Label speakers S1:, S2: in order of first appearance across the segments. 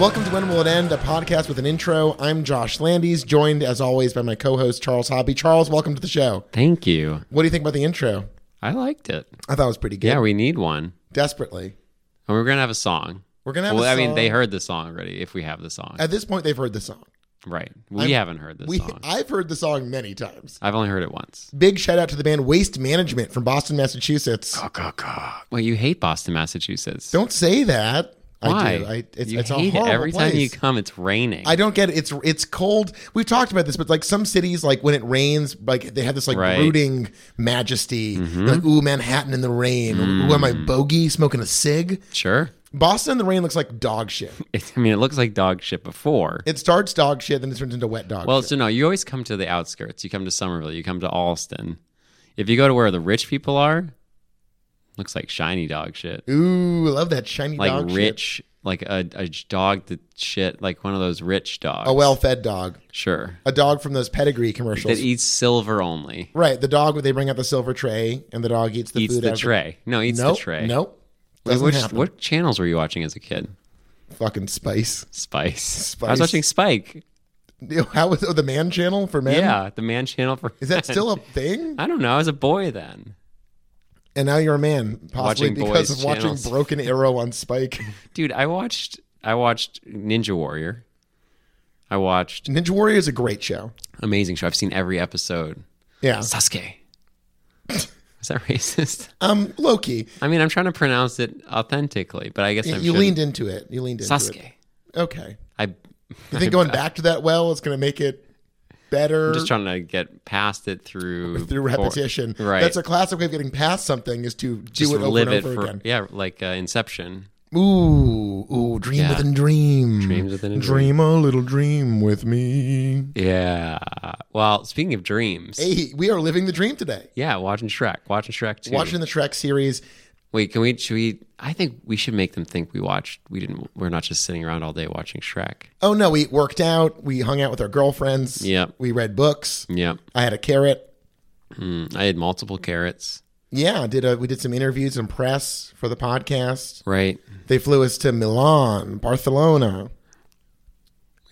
S1: Welcome to When Will It End, a podcast with an intro. I'm Josh Landis, joined as always by my co host, Charles Hobby. Charles, welcome to the show.
S2: Thank you.
S1: What do you think about the intro?
S2: I liked it.
S1: I thought it was pretty good.
S2: Yeah, we need one.
S1: Desperately.
S2: And we're going to have a song.
S1: We're going to have
S2: well,
S1: a
S2: I mean,
S1: song.
S2: they heard the song already if we have the song.
S1: At this point, they've heard the song.
S2: right. We
S1: I'm-
S2: haven't heard this
S1: We,
S2: song.
S1: I've heard the song many times.
S2: I've only heard it once.
S1: Big shout out to the band Waste Management from Boston, Massachusetts.
S2: Well, you hate Boston, Massachusetts.
S1: Don't say that.
S2: Why?
S1: I do. I, it's
S2: you
S1: it's a
S2: hate it.
S1: horrible
S2: Every time you
S1: place.
S2: come, it's raining.
S1: I don't get it. It's it's cold. We've talked about this, but like some cities, like when it rains, like they have this like
S2: Right. Mm-hmm.
S1: brooding majesty. Like ooh, Manhattan in the rain. Ooh, am I
S2: Mm.
S1: bogey smoking a cig?
S2: sure.
S1: Boston in the rain looks like dog shit.
S2: It, I mean, it looks like dog shit before.
S1: It starts dog shit, then it turns into wet dog.
S2: well,
S1: shit.
S2: so no, you always come to the outskirts. You come to Somerville. You come to Alston. If you go to where the rich people are, looks like shiny dog shit.
S1: ooh, love that shiny
S2: like
S1: dog
S2: rich,
S1: shit.
S2: like a, a dog that shit, like one of those rich dogs.
S1: A well-fed dog,
S2: sure.
S1: a dog from those pedigree commercials.
S2: That eats silver only.
S1: right, the dog where they bring out the silver tray, and the dog eats the
S2: eats
S1: food.
S2: the
S1: out of
S2: tray. No, eats
S1: Nope,
S2: the tray.
S1: Nope.
S2: Wait,
S1: Doesn't
S2: which,
S1: happen.
S2: what channels were you watching as a kid?
S1: Fucking spice.
S2: Spice. I
S1: Spice.
S2: was watching Spike.
S1: How was oh, the man channel for men?
S2: Yeah, the man channel for.
S1: Is that
S2: men.
S1: still a thing?
S2: I don't know. I was a boy then,
S1: And now you're a man, possibly
S2: Watching
S1: because
S2: boys'
S1: of watching
S2: channels.
S1: Broken Arrow on Spike.
S2: dude. I watched. I watched Ninja Warrior. I watched
S1: Ninja Warrior is a great show.
S2: amazing show. I've seen every episode.
S1: Yeah.
S2: Sasuke. Is that racist?
S1: Um, Loki,
S2: I mean, I'm trying to pronounce it authentically, but I guess
S1: you
S2: I'm
S1: leaned into it. You leaned into it.
S2: Sasuke.
S1: Okay.
S2: I.
S1: You think going back to that well is going to make it better
S2: I'm just trying to get past it through
S1: through
S2: for-
S1: repetition?
S2: right.
S1: That's a classic way of getting past something is to
S2: just
S1: do it over
S2: live
S1: and over
S2: it for
S1: again.
S2: yeah, like uh, Inception.
S1: Ooh, ooh, dream
S2: Yeah.
S1: within dream.
S2: Dreams within a
S1: dream. a little dream with me.
S2: Yeah. Well, speaking of dreams,
S1: Hey, we are living the dream today.
S2: yeah, watching Shrek, watching Shrek too.
S1: Watching the Trek series.
S2: Wait, can we? Should we? I think we should make them think we watched. We didn't. We're not just sitting around all day watching Shrek.
S1: Oh no, we worked out. We hung out with our girlfriends.
S2: Yep.
S1: We read books.
S2: Yep.
S1: I had a carrot.
S2: Mm, I had multiple carrots.
S1: Yeah, I did a, we did some interviews and press for the podcast.
S2: Right.
S1: They flew us to Milan, Barcelona.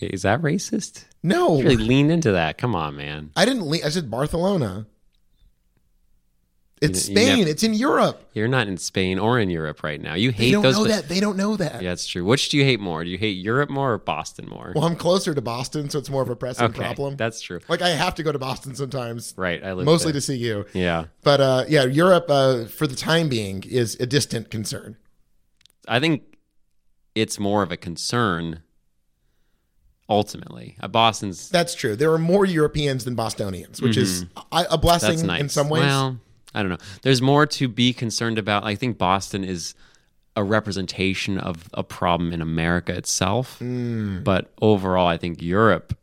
S2: Wait, is that racist?
S1: No,
S2: Really lean into that. Come on, man.
S1: I didn't. Le- I said Barcelona. It's
S2: You- you
S1: Spain.
S2: never-
S1: it's in Europe.
S2: You're not in Spain or in Europe right now. You hate
S1: They don't
S2: those.
S1: know
S2: pla-
S1: that. They don't know that.
S2: Yeah, that's true. Which do you hate more? Do you hate Europe more or Boston more?
S1: Well, I'm closer to Boston, so it's more of a pressing problem.
S2: That's true.
S1: like I have to go to Boston sometimes,
S2: Right. I live
S1: mostly
S2: there.
S1: to see you.
S2: Yeah.
S1: But uh, yeah, Europe uh, for the time being is a distant concern.
S2: I think it's more of a concern ultimately. Uh, Boston's
S1: That's true. There are more Europeans than Bostonians, which is a, a
S2: Mm-hmm. that's
S1: blessing
S2: nice.
S1: in some ways.
S2: Well, I don't know. There's more to be concerned about. I think Boston is a representation of a problem in America itself.
S1: Mm.
S2: But overall, I think Europe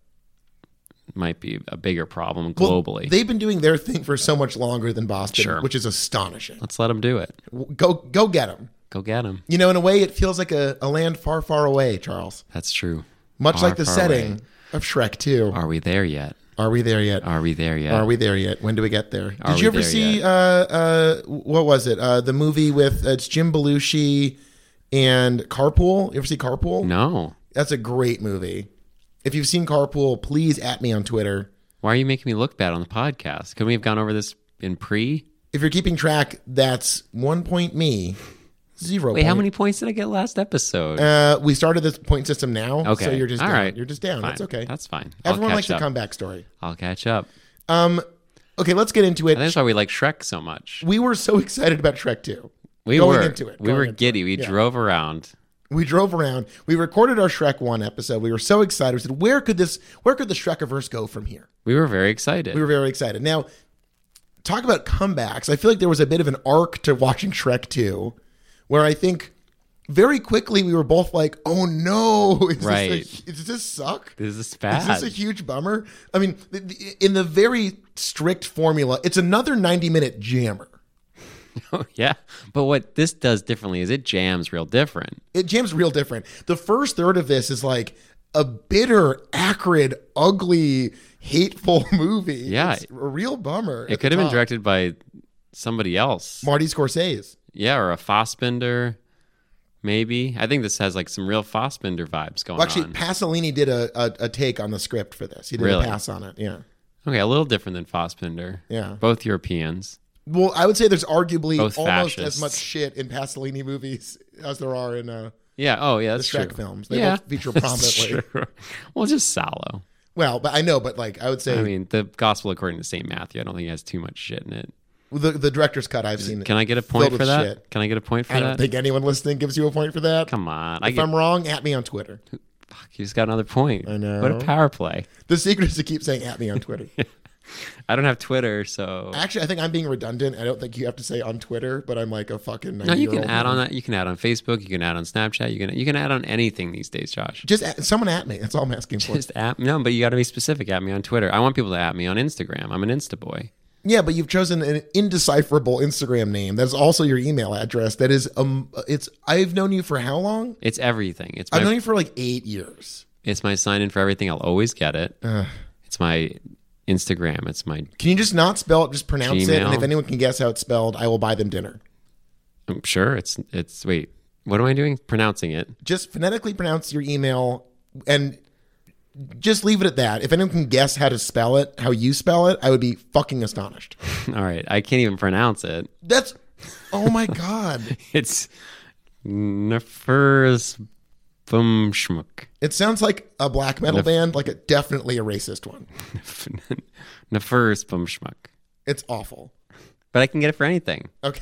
S2: might be a bigger problem
S1: Well,
S2: globally.
S1: they've been doing their thing for so much longer than Boston,
S2: Sure.
S1: which is astonishing.
S2: Let's let them do it.
S1: W- Go, go get them.
S2: Go get them.
S1: You know, in a way, it feels like a, a land far, far away, Charles.
S2: That's true.
S1: Much
S2: Far,
S1: like the
S2: far
S1: setting
S2: away.
S1: of Shrek Two.
S2: Are we there yet?
S1: Are we there yet?
S2: Are we there yet?
S1: Are we there yet? When do we get there?
S2: Are
S1: Did you
S2: we
S1: ever
S2: there
S1: see uh, uh, what was it? Uh, the movie with uh, it's Jim Belushi and Carpool. You ever see Carpool?
S2: No.
S1: That's a great movie. If you've seen Carpool, please at me on Twitter.
S2: Why are you making me look bad on the podcast? Couldn't we have gone over this in pre?
S1: If you're keeping track, that's one point me, zero.
S2: Wait, how
S1: point-
S2: many points did I get last episode?
S1: Uh, we started this point system now,
S2: okay.
S1: so you're just
S2: All
S1: down.
S2: right.
S1: You're just down.
S2: Fine.
S1: That's okay.
S2: That's fine.
S1: Everyone
S2: I'll
S1: likes
S2: catch
S1: a
S2: up.
S1: comeback story.
S2: I'll catch up.
S1: Um, okay, let's get into
S2: I think
S1: it.
S2: that's why we like Shrek so much.
S1: We were so excited about Shrek Two.
S2: We
S1: Mm-hmm. Going
S2: were
S1: into it,
S2: We
S1: going
S2: were
S1: into
S2: giddy. We drove around.
S1: We drove around. We recorded our Shrek One episode. We were so excited. We said, "Where could this? Where could the Shrekiverse go from here?"
S2: We were very excited.
S1: We were very excited. Now, talk about comebacks. I feel like there was a bit of an arc to watching Shrek 2 where I think very quickly we were both like, oh no, is
S2: Right.
S1: this a, does this suck?
S2: this is
S1: Is
S2: bad.
S1: this a huge bummer? I mean, th- th- in the very strict formula, it's another 90 minute jammer.
S2: yeah. But what this does differently is it jams real different.
S1: It jams real different. The first third of this is like a bitter, acrid, ugly, hateful movie.
S2: Yeah.
S1: It's a real bummer.
S2: It could have been directed by somebody else.
S1: Marty Scorsese.
S2: Yeah, or a Fossbender maybe. I think this has like some real Fossbender vibes going
S1: Well, actually,
S2: on.
S1: Pasolini did a, a, a take on the script for this. He did
S2: Really?
S1: a pass on it. Yeah.
S2: Okay, a little different than Fossbender.
S1: Yeah.
S2: Both Europeans.
S1: Well, I would say there's arguably
S2: Both
S1: almost
S2: fascists.
S1: as much shit in Pasolini movies as there are in uh,
S2: Yeah. Oh, yeah. That's
S1: Shrek
S2: true.
S1: films. They
S2: yeah.
S1: both feature
S2: That's
S1: prominently.
S2: true. Well, just Sallow.
S1: Well, but I know, but like I would say
S2: I mean, the Gospel according to St. Matthew, I don't think it has too much shit in it.
S1: the the director's cut I've seen.
S2: Can I get a point
S1: filled
S2: for
S1: with
S2: that?
S1: shit.
S2: Can I get a point for
S1: I
S2: that?
S1: don't think anyone listening gives you a point for that.
S2: Come on. I
S1: if
S2: get,
S1: I'm wrong, at me on Twitter.
S2: fuck, you just got another point.
S1: I know.
S2: What a power play.
S1: The secret is to keep saying at me on Twitter.
S2: I don't have Twitter, so.
S1: Actually, I think I'm being redundant. I don't think you have to say on Twitter, but I'm like a fucking.
S2: No, you
S1: 90-year-old
S2: can add
S1: man.
S2: on that. You can add on Facebook. You can add on Snapchat. You can you can add on anything these days, Josh.
S1: Just at, someone at me. That's all I'm asking for.
S2: Just at no, but you got to be specific. At me on Twitter. I want people to at me on Instagram. I'm an Insta boy.
S1: Yeah, but you've chosen an indecipherable Instagram name. That's also your email address. That is um. It's I've known you for how long?
S2: It's everything. It's
S1: I've
S2: my
S1: known you for like eight years.
S2: it's my sign in for everything. I'll always get it. It's my Instagram. It's my
S1: Can you just not spell it? Just pronounce it. And
S2: Gmail.
S1: if anyone can guess how it's spelled, I will buy them dinner.
S2: I'm sure it's it's wait. What am I doing? Pronouncing it.
S1: Just phonetically pronounce your email and just leave it at that. If anyone can guess how to spell it, how you spell it, I would be fucking astonished.
S2: All right. I can't even pronounce it.
S1: That's oh my god.
S2: It's Nefers Bumschmuck.
S1: It sounds like a black metal band, like a definitely a racist one.
S2: Nefers Bumschmuck.
S1: It's awful.
S2: But I can get it for anything.
S1: Okay.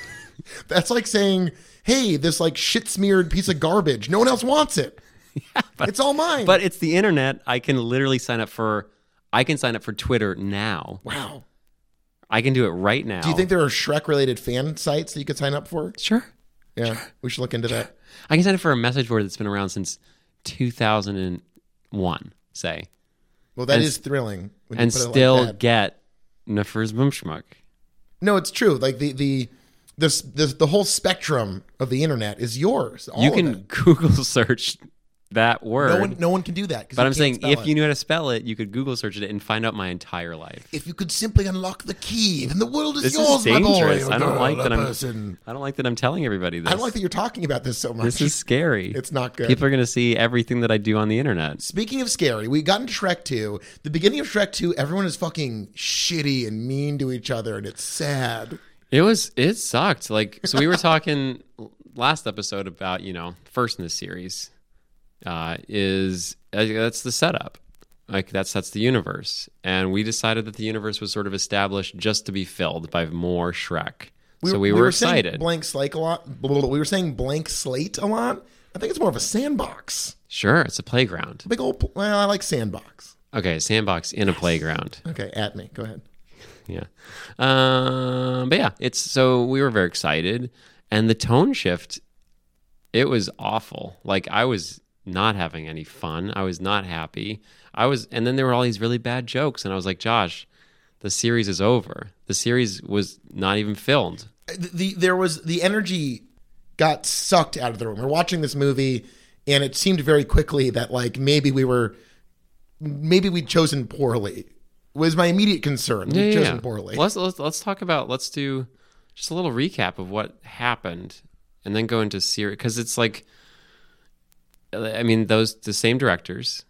S1: That's like saying, "Hey, this like shit smeared piece of garbage. No one else wants it. it's all mine."
S2: But it's the internet. I can literally sign up for I can sign up for Twitter now.
S1: wow.
S2: I can do it right now.
S1: Do you think there are Shrek related fan sites that you could sign up for?
S2: Sure.
S1: Yeah, we should look into that.
S2: I can sign up for a message board that's been around since 2001, say,
S1: Well, that
S2: And-
S1: is thrilling. When
S2: and
S1: you put it like
S2: still
S1: that.
S2: get Nefers Bumschmuck.
S1: no, it's true. Like the the this, this the whole spectrum of the internet is yours. All
S2: You
S1: of
S2: can
S1: it.
S2: Google search that word.
S1: No one no one can do that. 'cause
S2: But
S1: you
S2: I'm
S1: can't
S2: saying
S1: spell
S2: if
S1: it.
S2: you knew how to spell it, you could Google search it and find out my entire life.
S1: if you could simply unlock the key, then the world is
S2: This is
S1: yours, my
S2: dangerous.
S1: boy.
S2: I don't
S1: Girl,
S2: like
S1: a
S2: that I'm-
S1: person.
S2: I don't like that I'm telling everybody this.
S1: I don't like that you're talking about this so much.
S2: this is scary.
S1: it's not good.
S2: People are going to see everything that I do on the internet.
S1: Speaking of scary, we got into Shrek 2. The beginning of Shrek 2, everyone is fucking shitty and mean to each other, and it's sad.
S2: It was it sucked. Like so, we were talking last episode about you know first in the series uh, is uh, that's the setup. Like that sets the universe, and we decided that the universe was sort of established just to be filled by more Shrek. so we, were,
S1: saying
S2: excited.
S1: Blank slate a lot. blah, blah, blah. We were saying blank slate a lot. I think it's more of a sandbox.
S2: sure, it's a playground.
S1: Big old. pl- Well, I like sandbox.
S2: Okay, sandbox in a playground.
S1: Okay, at me. Go ahead.
S2: Yeah. Um, but yeah, it's so we were very excited and the tone shift it was awful. Like I was not having any fun. I was not happy. I was and then there were all these really bad jokes and I was like, "Josh, the series is over. The series was not even filmed."
S1: the, the there was the energy got sucked out of the room. We're watching this movie, and it seemed very quickly that like maybe we were, maybe we'd chosen poorly. Was my immediate concern. We'd chosen poorly.
S2: Let's, let's let's talk about let's do just a little recap of what happened, and then go into series because it's like, I mean, those the same directors,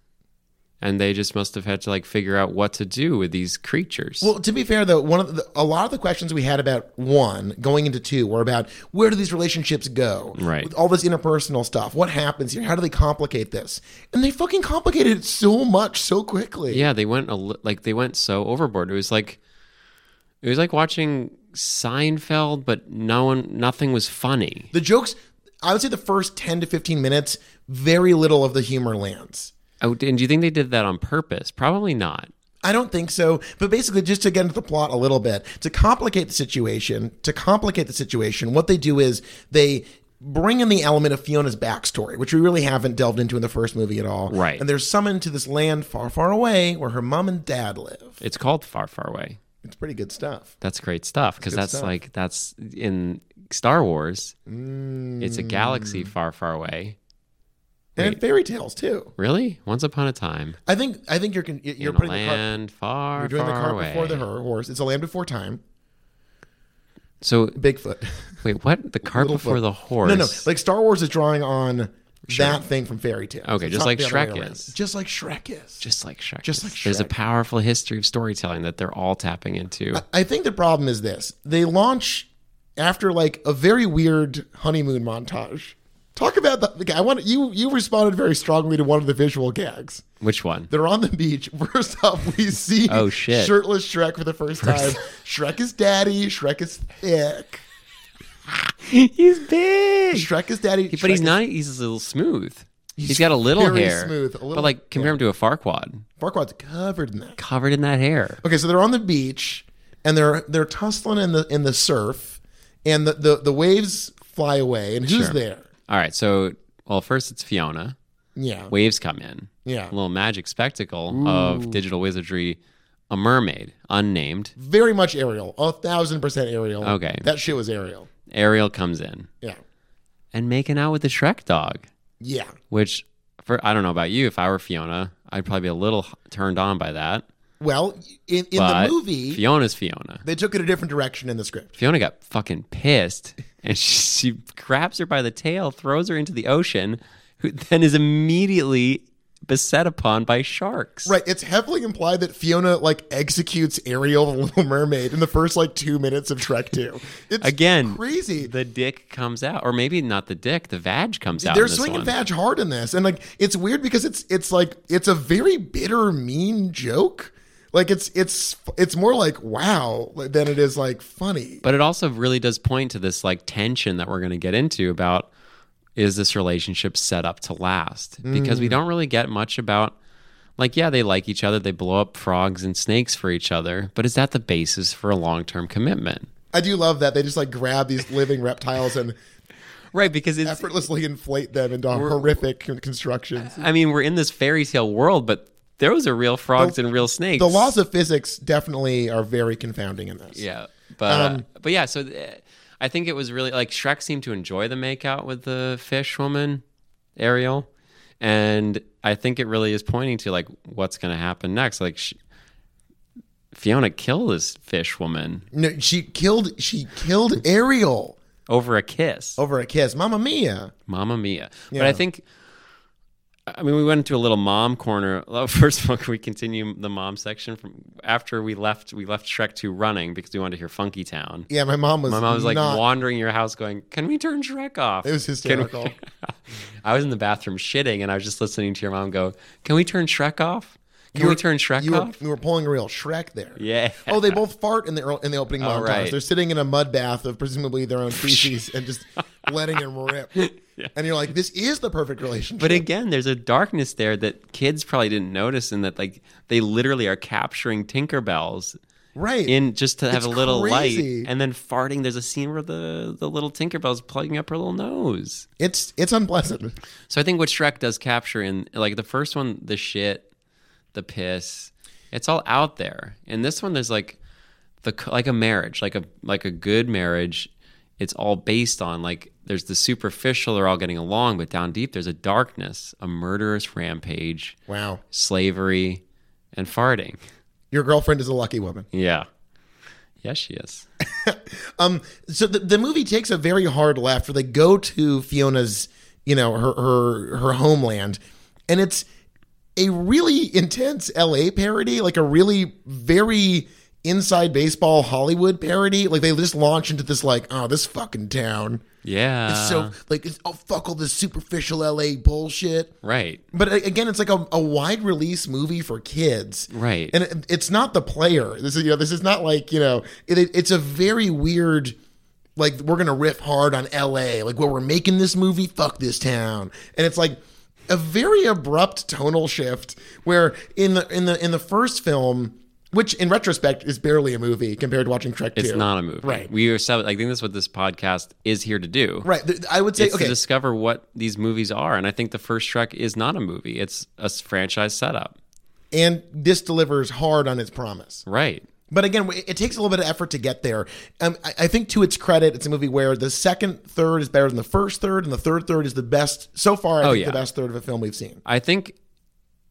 S2: and they just must have had to like figure out what to do with these creatures.
S1: Well, to be fair though, one of the, a lot of the questions we had about one going into two were about where do these relationships go?
S2: Right.
S1: With all this interpersonal stuff, what happens here? How do they complicate this? And they fucking complicated it so much so quickly.
S2: yeah, they went a li- like they went so overboard. It was like, it was like watching Seinfeld, but no one, nothing was funny.
S1: The jokes, I would say the first ten to fifteen minutes, very little of the humor lands.
S2: Oh, and do you think they did that on purpose? Probably not.
S1: I don't think so. But basically, just to get into the plot a little bit, to complicate the situation, to complicate the situation, what they do is they bring in the element of Fiona's backstory, which we really haven't delved into in the first movie at all.
S2: Right.
S1: And they're summoned to this land far, far away where her mom and dad live.
S2: It's called Far, Far Away.
S1: It's pretty good stuff.
S2: That's great stuff because that's like that's in Star Wars.
S1: Mm.
S2: It's a galaxy far, far away.
S1: And in fairy tales too.
S2: Really? Once upon a time,
S1: I think I think you're con- you're
S2: in a
S1: putting the cart,
S2: land far,
S1: you're doing the
S2: far
S1: cart
S2: away.
S1: before the her horse. It's a land before time.
S2: so
S1: Bigfoot.
S2: Wait, what? The cart
S1: Little
S2: before
S1: foot.
S2: the horse?
S1: No, no. Like Star Wars is drawing on that thing from fairy tales.
S2: Okay,
S1: It's
S2: just
S1: not
S2: like
S1: the other way
S2: Shrek
S1: around.
S2: is.
S1: Just like Shrek is.
S2: just like Shrek.
S1: Just
S2: is.
S1: like
S2: There's a
S1: Shrek.
S2: powerful history of storytelling that they're all tapping into.
S1: I think the problem is this: they launch after like a very weird honeymoon montage. Talk about the, the guy. I want you. You responded very strongly to one of the visual gags.
S2: Which one?
S1: They're on the beach. First up, we see
S2: Oh, shit.
S1: shirtless Shrek for the first time. Shrek is daddy. Shrek is thick.
S2: he's big,
S1: Shrek is daddy.
S2: but he's
S1: Shrek
S2: not. He's a little smooth. he's got a little
S1: very
S2: hair,
S1: smooth, a little-
S2: but like compare him to a Farquad,
S1: is- Farquaad's covered in that.
S2: covered in that hair.
S1: Okay, so they're on the beach and they're they're tussling in the in the surf, and the the, the waves fly away. And who's there?
S2: All right, so well, first it's Fiona.
S1: Yeah,
S2: Waves come in.
S1: yeah.
S2: A little magic spectacle of digital wizardry. A mermaid, unnamed.
S1: Very much Ariel. A thousand percent Ariel.
S2: Okay.
S1: That shit was Ariel.
S2: Ariel comes in
S1: Yeah.
S2: and making out with the Shrek dog.
S1: Yeah.
S2: which for I don't know about you, if I were Fiona, I'd probably be a little h- turned on by that.
S1: Well, in, in the
S2: But
S1: movie,
S2: Fiona's Fiona.
S1: they took it a different direction in the script.
S2: Fiona got fucking pissed, and she, she grabs her by the tail, throws her into the ocean, who then is immediately beset upon by sharks.
S1: Right. It's heavily implied that Fiona, like, executes Ariel, the Little Mermaid, in the first, like, two minutes of Trek 2. It's
S2: Again,
S1: crazy.
S2: the dick comes out, or maybe not the dick, the vag comes out.
S1: They're
S2: in this
S1: swinging
S2: one.
S1: Vag hard in this, and like it's weird because it's it's like it's a very bitter, mean joke. Like it's it's it's more like wow than it is like funny.
S2: But it also really does point to this like tension that we're going to get into about is this relationship set up to last? Because we don't really get much about like yeah, they like each other, they blow up frogs and snakes for each other, but is that the basis for a long-term commitment?
S1: I do love that they just like grab these living reptiles and
S2: Right, because it's
S1: effortlessly inflate them into horrific con- constructions.
S2: I mean, we're in this fairy tale world, but those are real frogs and real snakes.
S1: The laws of physics definitely are very confounding in this.
S2: Yeah, but uh, but yeah, so th- I think it was really like Shrek seemed to enjoy the makeout with the fish woman, Ariel, and I think it really is pointing to like what's going to happen next. Like sh- Fiona killed this fish woman
S1: No, she killed she killed Ariel
S2: over a kiss.
S1: over a kiss. Mamma mia.
S2: Mamma mia! But I think. I mean, we went into a little mom corner. Well, First of all, can we continue the mom section from after we left? We left Shrek Two running because we wanted to hear Funky Town.
S1: Yeah, my mom was
S2: My mom was like
S1: not,
S2: wandering your house, going, "Can we turn Shrek off?"
S1: it was hysterical.
S2: I was in the bathroom shitting, and I was just listening to your mom go, "Can we turn Shrek off? Can we
S1: were-
S2: turn Shrek
S1: You were,
S2: off?"
S1: you were pulling a real Shrek there.
S2: Yeah. Oh,
S1: Oh, they both fart in the earl- in the opening montage.
S2: right.
S1: They're sitting in a mud bath of presumably their own feces and just letting them rip. And you're like, this is the perfect relationship.
S2: But again, there's a darkness there that kids probably didn't notice, and that like they literally are capturing Tinkerbells
S1: right.
S2: in just to have
S1: It's
S2: a little
S1: crazy.
S2: light, and then farting. There's a scene where the the little Tinkerbell's plugging up her little nose.
S1: it's it's unpleasant.
S2: So I think what Shrek does capture in like the first one, the shit, the piss, it's all out there. In this one, there's like the c- like a marriage, like a like a good marriage. It's all based on like there's the superficial, they're all getting along, but down deep there's a darkness, a murderous rampage,
S1: Wow.
S2: slavery, and farting.
S1: Your girlfriend is a lucky woman.
S2: Yeah, yes, she is.
S1: Um, so the, the movie takes a very hard left where they go to Fiona's, you know, her her her homeland, and it's a really intense LA parody, like a really very inside baseball Hollywood parody. Like they just launch into this like, oh, this fucking town.
S2: Yeah,
S1: so like, it's, oh fuck all this superficial LA bullshit.
S2: right,
S1: But a- again, it's like a, a wide release movie for kids,
S2: Right.
S1: And it, it's not the player. This is you know this is not like you know it, it- it's a very weird. Like we're gonna riff hard on L.A. Like where we're making this movie, fuck this town, and it's like a very abrupt tonal shift. Where in the in the in the first film, which in retrospect is barely a movie compared to watching Trek Two,
S2: it's not a movie.
S1: Right.
S2: we are. sub- I think that's what this podcast is here to do.
S1: right. th- I would say
S2: it's
S1: okay,
S2: to discover what these movies are. And I think the first Shrek is not a movie; it's a s- franchise setup.
S1: and this delivers hard on its promise.
S2: Right.
S1: But again, it it takes a little bit of effort to get there. Um, I, I think, to its credit, it's a movie where the second third is better than the first third, and the third third is the best so far. I think
S2: Oh, yeah.
S1: the best third of a film we've seen.
S2: I think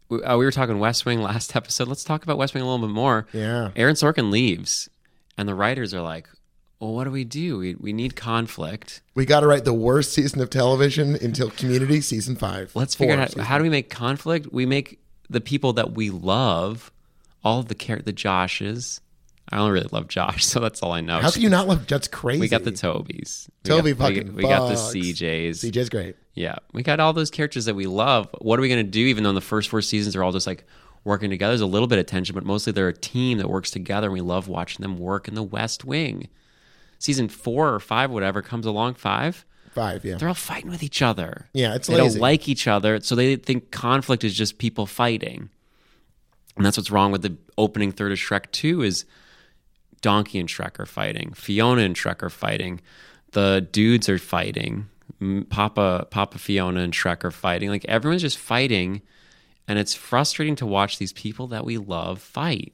S2: we- uh, we were talking West Wing last episode. Let's talk about West Wing a little bit more.
S1: Yeah.
S2: Aaron Sorkin leaves, and the writers are like, well, what do we do? We, we need conflict.
S1: We got to write the worst season of television until Community season five.
S2: Let's
S1: Four
S2: figure out how,
S1: seasons.
S2: how do we make conflict? We make the people that we love, all of the char- the Joshes. I only really love Josh, so that's all I know.
S1: How can you not love? That's crazy.
S2: we got the Tobys. We
S1: Toby
S2: got, we-
S1: fucking
S2: We, got the
S1: fucks.
S2: CJs.
S1: CJ's great.
S2: Yeah, we got all those characters that we love. What are we going to do? Even though in the first four seasons are all just like working together, there's a little bit of tension, but mostly they're a team that works together, and we love watching them work in the West Wing. Season four or five, whatever comes along, five,
S1: Five, yeah.
S2: they're all fighting with each other.
S1: Yeah, it's
S2: they
S1: lazy.
S2: don't like each other, so they think conflict is just people fighting, and that's what's wrong with the opening third of Shrek Two is Donkey and Shrek are fighting, Fiona and Shrek are fighting, the dudes are fighting, M- Papa Papa Fiona and Shrek are fighting. Like everyone's just fighting, and it's frustrating to watch these people that we love fight.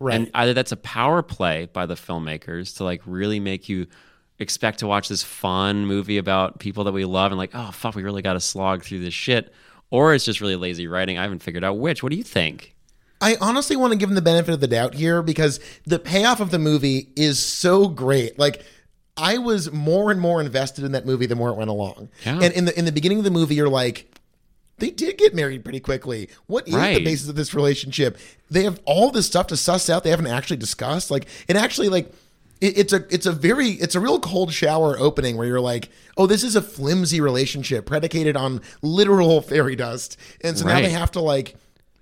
S1: Right.
S2: And either that's a power play by the filmmakers to like really make you expect to watch this fun movie about people that we love and like, oh fuck, we really got to slog through this shit, or it's just really lazy writing. I haven't figured out which. What do you think?
S1: I honestly want to give him the benefit of the doubt here because the payoff of the movie is so great. Like I was more and more invested in that movie the more it went along.
S2: Yeah.
S1: And in the in the beginning of the movie you're like they did get married pretty quickly. What is the
S2: Right.
S1: basis of this relationship? They have all this stuff to suss out they haven't actually discussed. Like it actually like it- it's a it's a very it's a real cold shower opening where you're like, oh, this is a flimsy relationship predicated on literal fairy dust, and so now
S2: Right.
S1: they have to like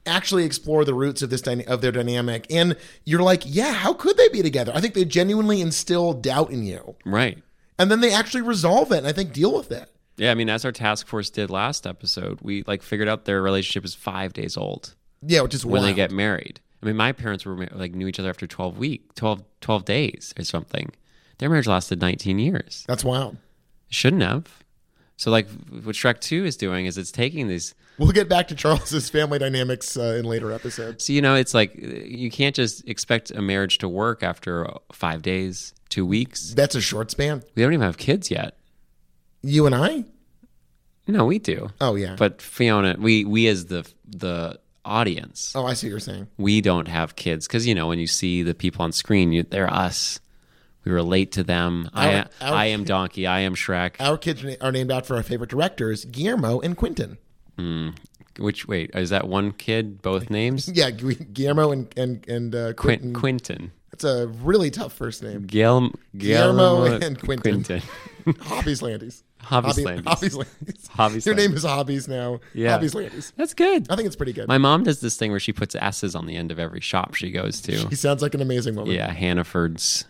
S1: actually explore the roots of this dyna- of their dynamic. And you're like, yeah, how could they be together? I think they genuinely instill doubt in you,
S2: Right.
S1: and then they actually resolve it, and I think deal with it.
S2: Yeah, I mean, as our task force did last episode, we like figured out their relationship is five days old
S1: Yeah, which is
S2: when
S1: wild.
S2: they get married. I mean, my parents were ma- like knew each other after 12 week, 12, 12 days or something. Their marriage lasted 19 years.
S1: That's wild.
S2: Shouldn't have. So like what Shrek 2 is doing is it's taking these
S1: We'll get back to Charles's family dynamics uh, in later episodes.
S2: So you know, it's like you can't just expect a marriage to work after 5 days, 2 weeks.
S1: That's a short span.
S2: We don't even have kids yet.
S1: You and I?
S2: No, we do.
S1: Oh yeah.
S2: But Fiona, we we as the the audience
S1: oh, I see what you're saying.
S2: we don't have kids because you know when you see the people on screen you, they're us we relate to them
S1: Our-
S2: I,
S1: our-
S2: I am donkey i am shrek
S1: Our kids na- are named out for our favorite directors, Guillermo and Quentin.
S2: which wait is that one kid both names
S1: Yeah, Gu- Guillermo and and and uh, Quentin.
S2: Quin- quinton
S1: That's a really tough first name.
S2: Guillermo,
S1: Guillermo and Quentin.
S2: quinton
S1: Hobbies Landies.
S2: Hobbies
S1: Hobby-
S2: Landies.
S1: Hobbies Landies.
S2: Hobbies
S1: Your name is Hobbies now.
S2: Yeah.
S1: Hobbies Landies.
S2: that's good
S1: I think it's pretty good.
S2: my mom does this thing where she puts s's on the end of every shop she goes to
S1: he sounds like an amazing woman.
S2: yeah hannaford's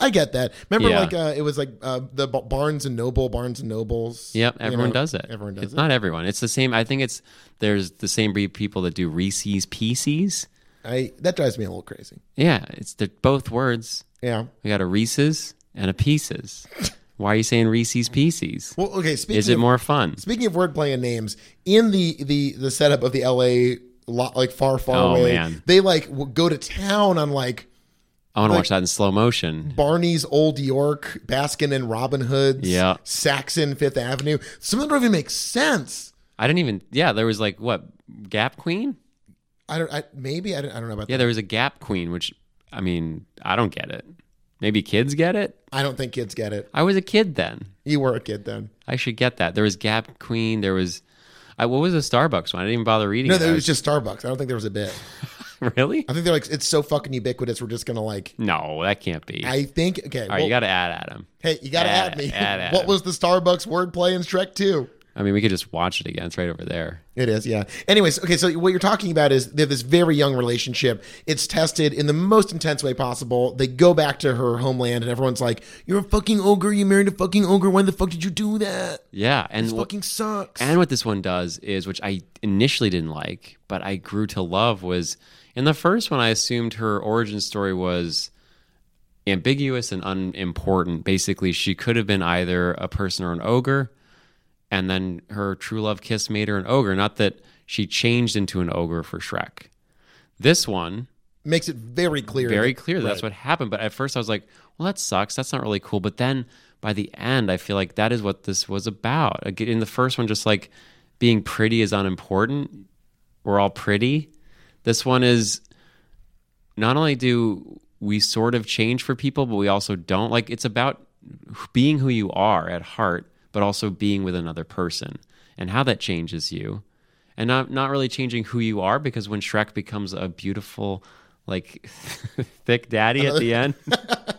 S1: I get that. Remember,
S2: Yeah.
S1: like uh, it was like uh, the B- Barnes and Noble, Barnes and Nobles.
S2: Yep,
S1: you
S2: everyone
S1: know,
S2: does it.
S1: Everyone does
S2: it's
S1: it.
S2: not everyone. It's the same. I think it's there's the same breed of people that do Reese's Pieces.
S1: I that drives me a little crazy.
S2: Yeah, it's the both words.
S1: Yeah.
S2: We got a Reese's and a Pieces. Why are you saying Reese's Pieces?
S1: Well, okay. Speaking
S2: Is it
S1: of,
S2: more fun?
S1: speaking of wordplay and names, in the the the setup of the L.A. Lot, like far, far
S2: Oh,
S1: away,
S2: man.
S1: they like w- go to town on like
S2: I want to watch that in slow motion.
S1: Barney's Old York, Baskin and Robin Hood's,
S2: Yeah.
S1: Saxon Fifth Avenue. Some of them don't even make sense.
S2: I didn't even. Yeah, there was like what Gap Queen.
S1: I don't. I, maybe I don't, I don't know about
S2: Yeah, there was a Gap Queen, which I mean, I don't get it. Maybe kids get it.
S1: that. I don't think kids get it.
S2: I was a kid then.
S1: You were a kid then.
S2: I should get that. There was Gap Queen. There was. I, what was the Starbucks one? I didn't even bother reading.
S1: No,
S2: it. I
S1: there was just Starbucks. I don't think there was a bit.
S2: was- really.
S1: I think they're like it's so fucking ubiquitous. We're just gonna like.
S2: No, that can't be.
S1: I think okay.
S2: All right,
S1: well,
S2: you got to add Adam.
S1: hey, you gotta
S2: add-
S1: add me.
S2: add Adam.
S1: what was the Starbucks wordplay in Shrek Two?
S2: I mean, we could just watch it again. It's right over there.
S1: It is, yeah. Anyways, okay, so what you're talking about is they have this very young relationship. It's tested in the most intense way possible. They go back to her homeland, and everyone's like, You're a fucking ogre. You married a fucking ogre. When the fuck did you do that?
S2: Yeah, and
S1: This
S2: wh-
S1: fucking sucks.
S2: and what this one does is, which I initially didn't like, but I grew to love, was in the first one. I assumed her origin story was ambiguous and unimportant. Basically, she could have been either a person or an ogre, and then her true love kiss made her an ogre. Not that she changed into an ogre for Shrek. This one,
S1: Makes it very clear.
S2: very clear that that's what happened. But at first, I was like, well, that sucks. That's not really cool. But then by the end, I feel like that is what this was about. Like, In the first one, just like being pretty is unimportant. We're all pretty. This one is not only do we sort of change for people, but we also don't. Like it's about being who you are at heart, but also being with another person and how that changes you. And not not really changing who you are because when Shrek becomes a beautiful like thick daddy at the end,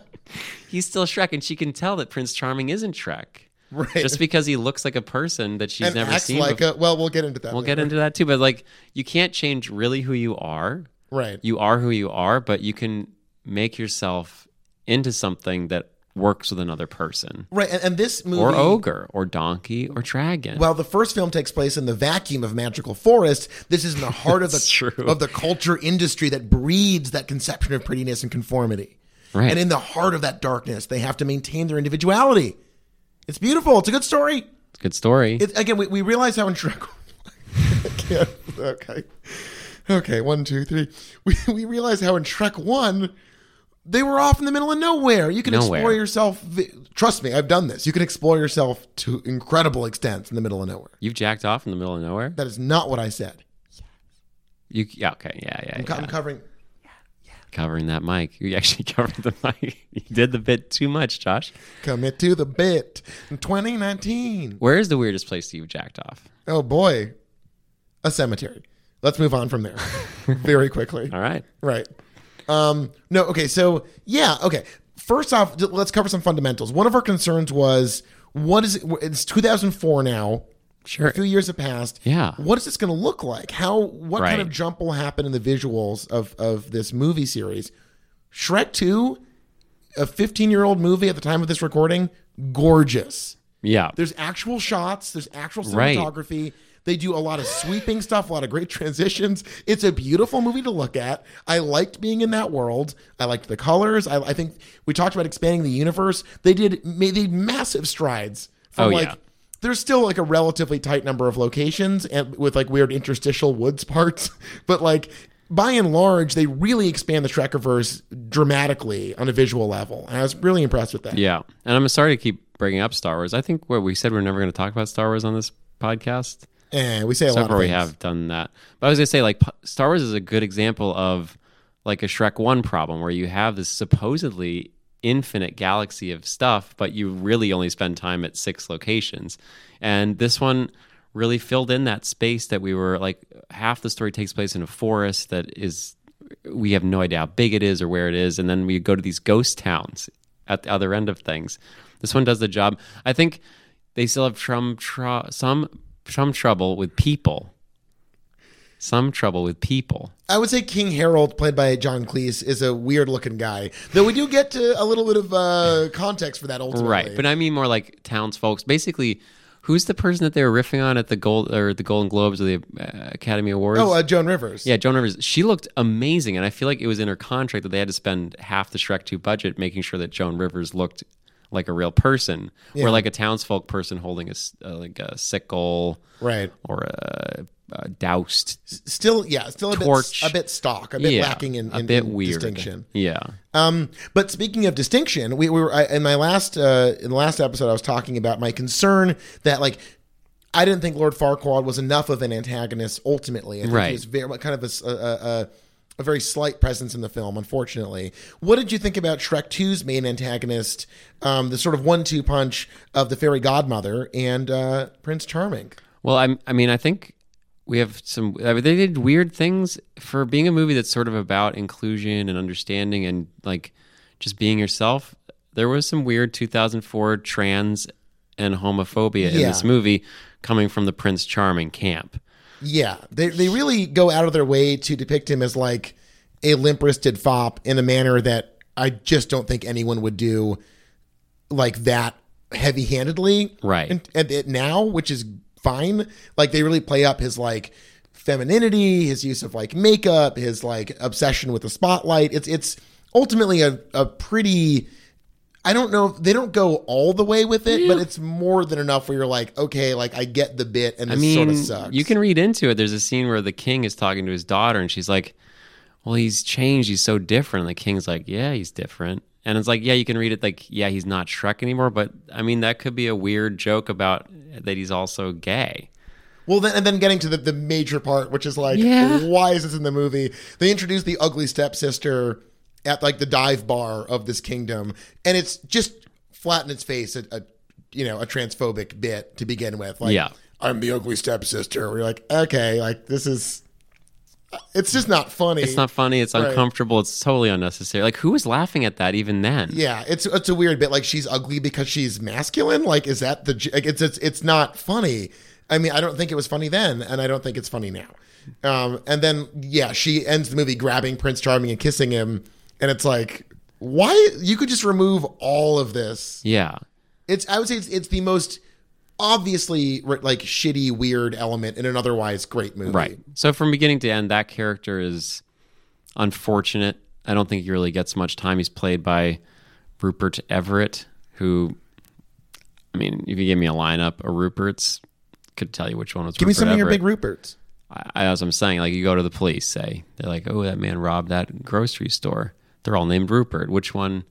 S2: he's still Shrek and she can tell that Prince Charming isn't Shrek.
S1: Right.
S2: Just because he looks like a person that she's
S1: and
S2: never
S1: acts
S2: seen
S1: like
S2: before.
S1: a, well, we'll get into that.
S2: we'll get into that too, but like you can't change really who you are
S1: right.
S2: you are who you are, but you can make yourself into something that works with another person
S1: right, and, and this movie
S2: or ogre or donkey or dragon.
S1: While the first film takes place in the vacuum of magical forest, this is in the heart of
S2: That's
S1: the
S2: true.
S1: of the culture industry that breeds that conception of prettiness and conformity.
S2: Right.
S1: And in the heart of that darkness, they have to maintain their individuality. It's beautiful. It's a good story.
S2: It's a good story.
S1: It's again, we, we realize how in Shrek. I can't- okay, okay, one, two, three. We we realize how in Shrek one, they were off in the middle of nowhere. You can explore
S2: Nowhere.
S1: yourself. vi- Trust me, I've done this. You can explore yourself to incredible extents in the middle of nowhere.
S2: You've jacked off in the middle of nowhere.
S1: That is not what I said.
S2: You yeah okay yeah yeah,
S1: I'm co-
S2: yeah.
S1: I'm covering.
S2: covering that mic. You actually covered the mic. You did the bit too much, Josh.
S1: Commit to the bit in 2019.
S2: Where is the weirdest place that you've jacked off?
S1: Oh boy, a cemetery. Let's move on from there very quickly.
S2: All right,
S1: Right. Um, no, okay. So, yeah, okay. First off, d- let's cover some fundamentals. One of our concerns was what is it? It's 2004 now.
S2: Sure.
S1: A few years have passed.
S2: Yeah.
S1: What is this going to look like? How, what kind of
S2: Right.
S1: jump will happen in the visuals of, of this movie series? Shrek 2, a 15 year old movie at the time of this recording, gorgeous.
S2: yeah.
S1: There's actual shots. There's actual
S2: Right.
S1: cinematography. They do a lot of sweeping stuff, a lot of great transitions. It's a beautiful movie to look at. I liked being in that world. I liked the colors. I, I think we talked about expanding the universe. They did made they massive strides. From
S2: Oh,
S1: like,
S2: yeah.
S1: There's still like a relatively tight number of locations and with like weird interstitial woods parts, but like by and large, they really expand the Trekkerverse dramatically on a visual level. And I was really impressed with that.
S2: Yeah. And I'm sorry to keep bringing up Star Wars. I think what we said we're never going to talk about Star Wars on this podcast.
S1: And we say a
S2: so
S1: lot of
S2: far we
S1: things.
S2: have done that. But I was gonna say, like, P- Star Wars is a good example of like a Shrek One problem, where you have this supposedly infinite galaxy of stuff, but you really only spend time at six locations. And this one really filled in that space that we were like half the story takes place in a forest that is we have no idea how big it is or where it is, and then we go to these ghost towns at the other end of things. This one does the job. I think they still have trum tru- some some trouble with people. Some trouble with people.
S1: I would say King Harold, played by John Cleese, is a weird looking guy. Though we do get to a little bit of uh, context for that ultimately.
S2: Right. But I mean more like townsfolks. Basically, who's the person that they were riffing on at the gold or the Golden Globes or the uh, Academy Awards?
S1: oh, uh, Joan Rivers.
S2: yeah, Joan Rivers. She looked amazing, and I feel like it was in her contract that they had to spend half the Shrek Two budget making sure that Joan Rivers looked like a real person, or like a townsfolk person holding a s- uh, like a sickle
S1: Right.
S2: or a, a doused
S1: S- Still, yeah, still a
S2: Torch.
S1: bit, a bit stock, a bit
S2: yeah,
S1: lacking in,
S2: a
S1: in-
S2: bit
S1: in
S2: weird
S1: distinction.
S2: Yeah,
S1: Um, but speaking of distinction, we, we were I, in my last uh, in the last episode. I was talking about my concern that like I didn't think Lord Farquaad was enough of an antagonist. Ultimately, I think
S2: Right.
S1: he was very kind of a, s- a- a- a- a very slight presence in the film. Unfortunately, what did you think about Shrek 2's main antagonist, um, the sort of one-two punch of the fairy godmother and uh, Prince Charming?
S2: Well, I'm, I mean, I think we have some. I mean, they did weird things for being a movie that's sort of about inclusion and understanding and like just being yourself. There was some weird 2004 trans and homophobia in
S1: Yeah.
S2: this movie coming from the Prince Charming camp.
S1: Yeah, they they really go out of their way to depict him as like a limp-wristed fop in a manner that I just don't think anyone would do like that heavy-handedly,
S2: Right.
S1: And, and it now, which is fine. Like they really play up his like femininity, his use of like makeup, his like obsession with the spotlight. It's it's ultimately a a pretty. I don't know. if They don't go all the way with it, but it's more than enough. Where you're like, okay, like I get the bit, and this
S2: I mean,
S1: sort of sucks.
S2: you can read into it. There's a scene where the king is talking to his daughter, and she's like, "Well, he's changed. He's so different." And the king's like, "Yeah, he's different." And it's like, yeah, you can read it like, yeah, he's not Shrek anymore. But I mean, that could be a weird joke about that he's also gay.
S1: Well, then, and then getting to the, the major part, which is like,
S2: Yeah.
S1: why is this in the movie? They introduce the ugly stepsister at like the dive bar of this kingdom, and it's just flat in its face a, a you know a transphobic bit to begin with. Like,
S2: Yeah.
S1: I'm the ugly stepsister. We're like, okay, like this is, it's just not funny.
S2: It's not funny. It's uncomfortable. It's totally unnecessary. Like, who was laughing at that even then?
S1: Yeah, it's it's a weird bit. Like she's ugly because she's masculine. Like is that the? j- Like, it's it's it's not funny. I mean, I don't think it was funny then, and I don't think it's funny now. Um, and then yeah, she ends the movie grabbing Prince Charming and kissing him, and it's like, why? You could just remove all of this.
S2: Yeah.
S1: It's I would say it's it's the most obviously r- like shitty weird element in an otherwise great movie.
S2: Right. So from beginning to end, that character is unfortunate. I don't think he really gets much time. He's played by Rupert Everett, who, I mean, if you gave me a lineup of Ruperts, could tell you which one was.
S1: Give me some of your big Ruperts.
S2: I, as I'm saying, like you go to the police, say they're like, "Oh, that man robbed that grocery store." They're all named Rupert. Which one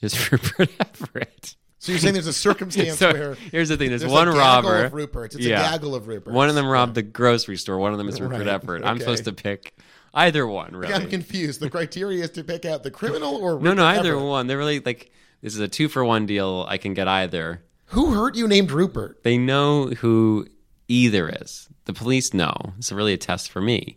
S2: is Rupert Everett?
S1: So you're saying there's a circumstance
S2: So
S1: where
S2: here's the thing: there's,
S1: there's
S2: one
S1: a gaggle
S2: robber.
S1: of Ruperts. It's
S2: Yeah.
S1: a gaggle of Ruperts.
S2: One of them robbed the grocery store. One of them is Rupert
S1: Right.
S2: Everett. I'm
S1: Okay.
S2: supposed to pick either one, really.
S1: I'm confused. The criteria is to pick out the criminal or
S2: no, no, either
S1: Everett.
S2: one. They're really like this is a two for one deal. I can get either.
S1: Who hurt you named Rupert?
S2: They know who either is. The police know. It's really a test for me.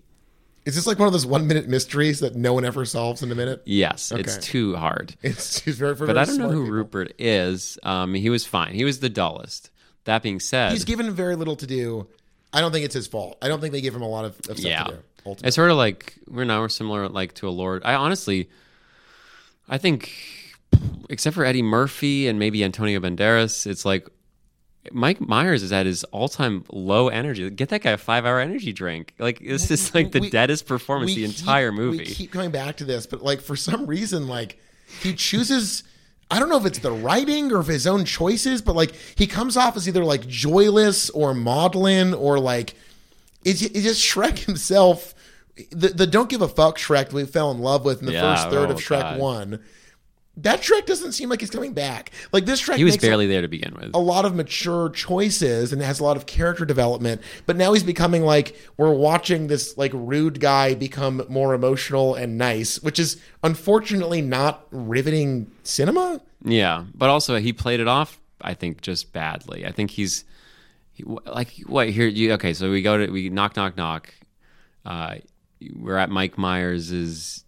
S1: Is this like one of those one minute mysteries that no one ever solves in a minute?
S2: Yes, it's
S1: Okay.
S2: too hard.
S1: It's, it's very, very
S2: But I don't know
S1: smart
S2: who
S1: people.
S2: Rupert is. Um, he was fine. He was the dullest. That being said,
S1: He's given very little to do. I don't think it's his fault. I don't think they give him a lot of, of stuff
S2: yeah,
S1: to do. Ultimately.
S2: it's sort of like we're now we're similar like to a lord. I honestly, I think, except for Eddie Murphy and maybe Antonio Banderas, it's like Mike Myers is at his all-time low energy. Get that guy a five-hour energy drink. Like this is like the
S1: We-
S2: deadest performance the
S1: We keep-
S2: entire
S1: We
S2: movie.
S1: keep coming back to this, but like for some reason, like he chooses. I don't know if it's the writing or if his own choices, but like he comes off as either like joyless or maudlin or like it's, it's just Shrek himself. The, the don't give a fuck Shrek we fell in love with in the
S2: Yeah,
S1: first third of
S2: oh,
S1: Shrek
S2: God.
S1: one. That Shrek doesn't seem like he's coming back. Like this Shrek
S2: he was
S1: makes a-
S2: barely there to begin with.
S1: a lot of mature choices and has a lot of character development. But now he's becoming like we're watching this like rude guy become more emotional and nice, which is unfortunately not riveting cinema.
S2: Yeah, but also he played it off. I think just badly. I think he's he, wh- like what here. You okay? So we go to we knock knock knock. Uh, we're at Mike Myers's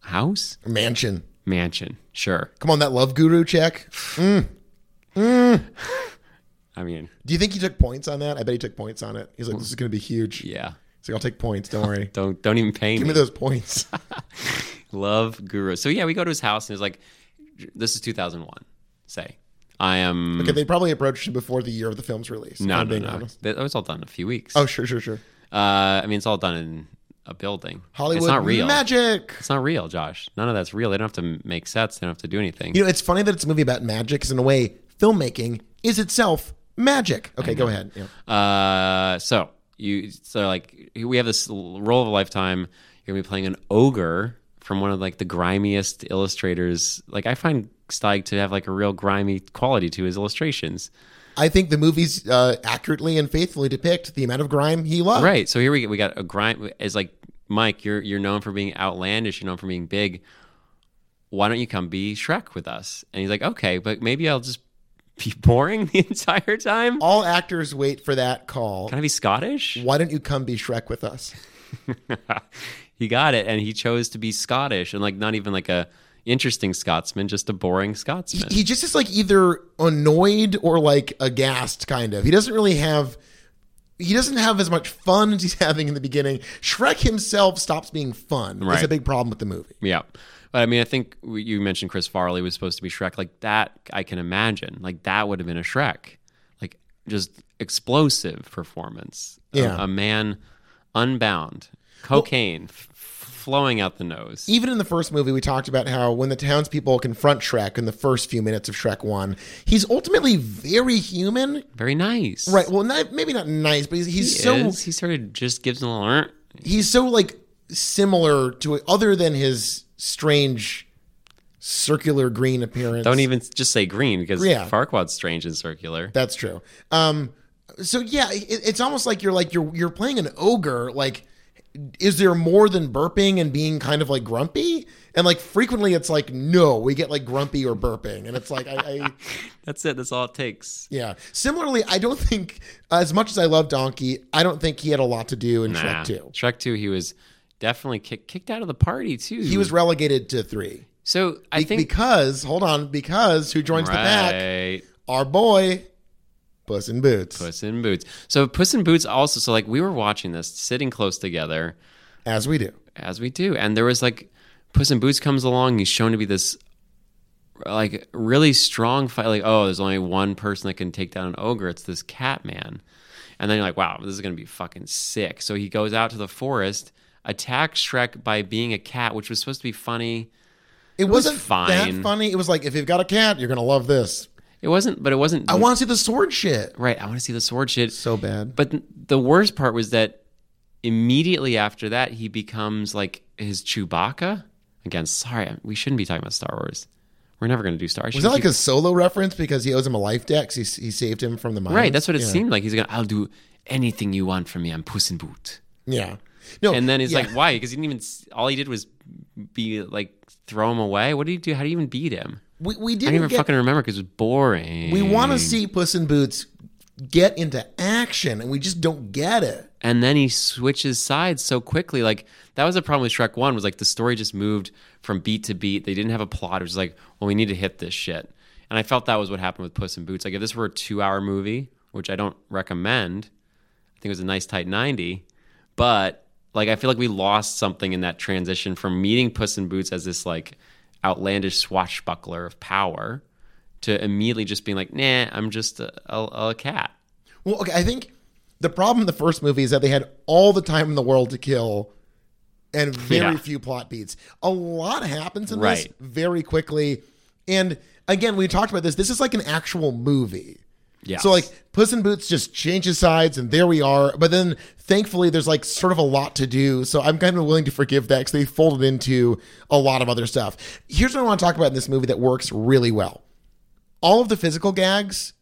S2: house
S1: Mansion.
S2: mansion. Sure.
S1: Come on, that love guru check.
S2: I mean,
S1: Do you think he took points on that? I bet he took points on it. He's like, this is going to be huge.
S2: yeah.
S1: He's like, I'll take points. Don't worry.
S2: Don't don't even pay
S1: Give me
S2: me.
S1: those points.
S2: Love Guru. So yeah, we go to his house and he's like, "This is 2001." Say, I am.
S1: Okay, they probably approached him before the year of the film's release. if
S2: no,
S1: I'm
S2: no,
S1: being
S2: no.
S1: honest.
S2: That was all done in a few weeks.
S1: Oh, sure, sure, sure.
S2: Uh, I mean, it's all done in a building.
S1: Hollywood
S2: It's not real.
S1: magic.
S2: It's not real, Josh. None of that's real. They don't have to make sets. They don't have to do anything.
S1: You know, it's funny that it's a movie about magic, because in a way, filmmaking is itself magic. Okay,
S2: Mm-hmm.
S1: go ahead. Yeah.
S2: Uh, so you so like we have this l- role of a lifetime. You're gonna be playing an ogre from one of like the grimiest illustrators. Like I find Steig to have like a real grimy quality to his illustrations.
S1: I think the movies uh, accurately and faithfully depict the amount of grime he loved.
S2: Right. So here we get we got a grime. It's like Mike, you're you're known for being outlandish. You're known for being big. Why don't you come be Shrek with us? And he's like, okay, but maybe I'll just be boring the entire time.
S1: All actors wait for that call.
S2: Can I be Scottish?
S1: Why don't you come be Shrek with us?
S2: he got it, and he chose to be Scottish, and like not even like a interesting Scotsman, just a boring Scotsman.
S1: He just is like either annoyed or like aghast, kind of. He doesn't really have. He doesn't have as much fun as he's having in the beginning. Shrek himself stops being fun. It's a
S2: Right.
S1: big problem with the movie.
S2: yeah, but I mean, I think we- you mentioned Chris Farley was supposed to be Shrek. Like that, I can imagine. Like that would have been a Shrek, like just explosive performance. A-
S1: Yeah.
S2: a, man unbound, cocaine f- flowing out the nose.
S1: even in the first movie, we talked about how when the townspeople confront Shrek in the first few minutes of Shrek 1, he's ultimately very human.
S2: Very nice,
S1: Right. Well, not, maybe not nice, but he's, he's
S2: He
S1: so,
S2: is. he sort of just gives him a little. "Er."
S1: he's so like similar to it, other than his strange circular green appearance.
S2: Don't even just say green because
S1: Yeah.
S2: Farquaad's strange and circular.
S1: That's true. Um, so yeah, it, it's almost like you're like you're you're playing an ogre. Like, is there more than burping and being kind of like grumpy? And like frequently, it's like no, we get like grumpy or burping, and it's like I, I
S2: That's it. That's all it takes.
S1: yeah. Similarly, I don't think as much as I love Donkey, I don't think he had a lot to do in
S2: Nah.
S1: Shrek Two.
S2: Shrek 2, he was definitely kick, kicked out of the party, too.
S1: He was relegated to three
S2: So I
S1: Be-
S2: think.
S1: because hold on, because who joins the pack?
S2: right.
S1: Our boy, Puss in Boots,
S2: Puss in Boots. So Puss in Boots also. So like we were watching this, sitting close together,
S1: as we do.
S2: as we do, and there was like Puss in Boots comes along. He's shown to be this like really strong fight. Like oh, there's only one person that can take down an ogre. It's this cat man. And then you're like, wow, this is gonna be fucking sick. So he goes out to the forest, attacks Shrek by being a cat, which was supposed to be funny.
S1: It, wasn't
S2: fine.
S1: that funny. It was like if you've got a cat, you're gonna love this.
S2: It wasn't, but it wasn't.
S1: I want to see the sword shit
S2: right. I want to see the sword shit.
S1: so bad.
S2: But th- the worst part was that immediately after that, he becomes like his Chewbacca. Again, sorry, we shouldn't be talking about Star Wars. We're never going to do Star Wars.
S1: Was that like a solo reference because he owes him a life debt? 'cause he, he saved him from the mines.
S2: right? That's what it
S1: yeah.
S2: seemed like. He's going, to I'll do anything you want from me. I'm Puss in Boot.
S1: Yeah. No.
S2: And then he's
S1: yeah.
S2: like, why? Because he didn't even, s- all he did was be like, throw him away. What do you do? How do you even beat him?
S1: we, we
S2: I
S1: didn't
S2: don't even
S1: get.
S2: fucking remember because it was boring.
S1: we want to see Puss in Boots get into action, and we just don't get it.
S2: and then he switches sides so quickly. Like that was the problem with Shrek One was like the story just moved from beat to beat. They didn't have a plot. It was like, well, we need to hit this shit. And I felt that was what happened with Puss in Boots. Like if this were a two-hour movie, which I don't recommend, I think it was a nice tight ninety, but like I feel like we lost something in that transition from meeting Puss in Boots as this like outlandish swashbuckler of power to immediately just being like, nah, I'm just a, a, a cat.
S1: Well, okay. I think the problem in the first movie is that they had all the time in the world to kill, and very
S2: Yeah.
S1: few plot beats. A lot happens in this
S2: Right.
S1: very quickly, and again, we talked about this. This is like an actual movie.
S2: Yeah.
S1: So like Puss in Boots just changes sides and there we are. But then thankfully there's like sort of a lot to do. So I'm kind of willing to forgive that because they folded into a lot of other stuff. Here's what I want to talk about in this movie that works really well. All of the physical gags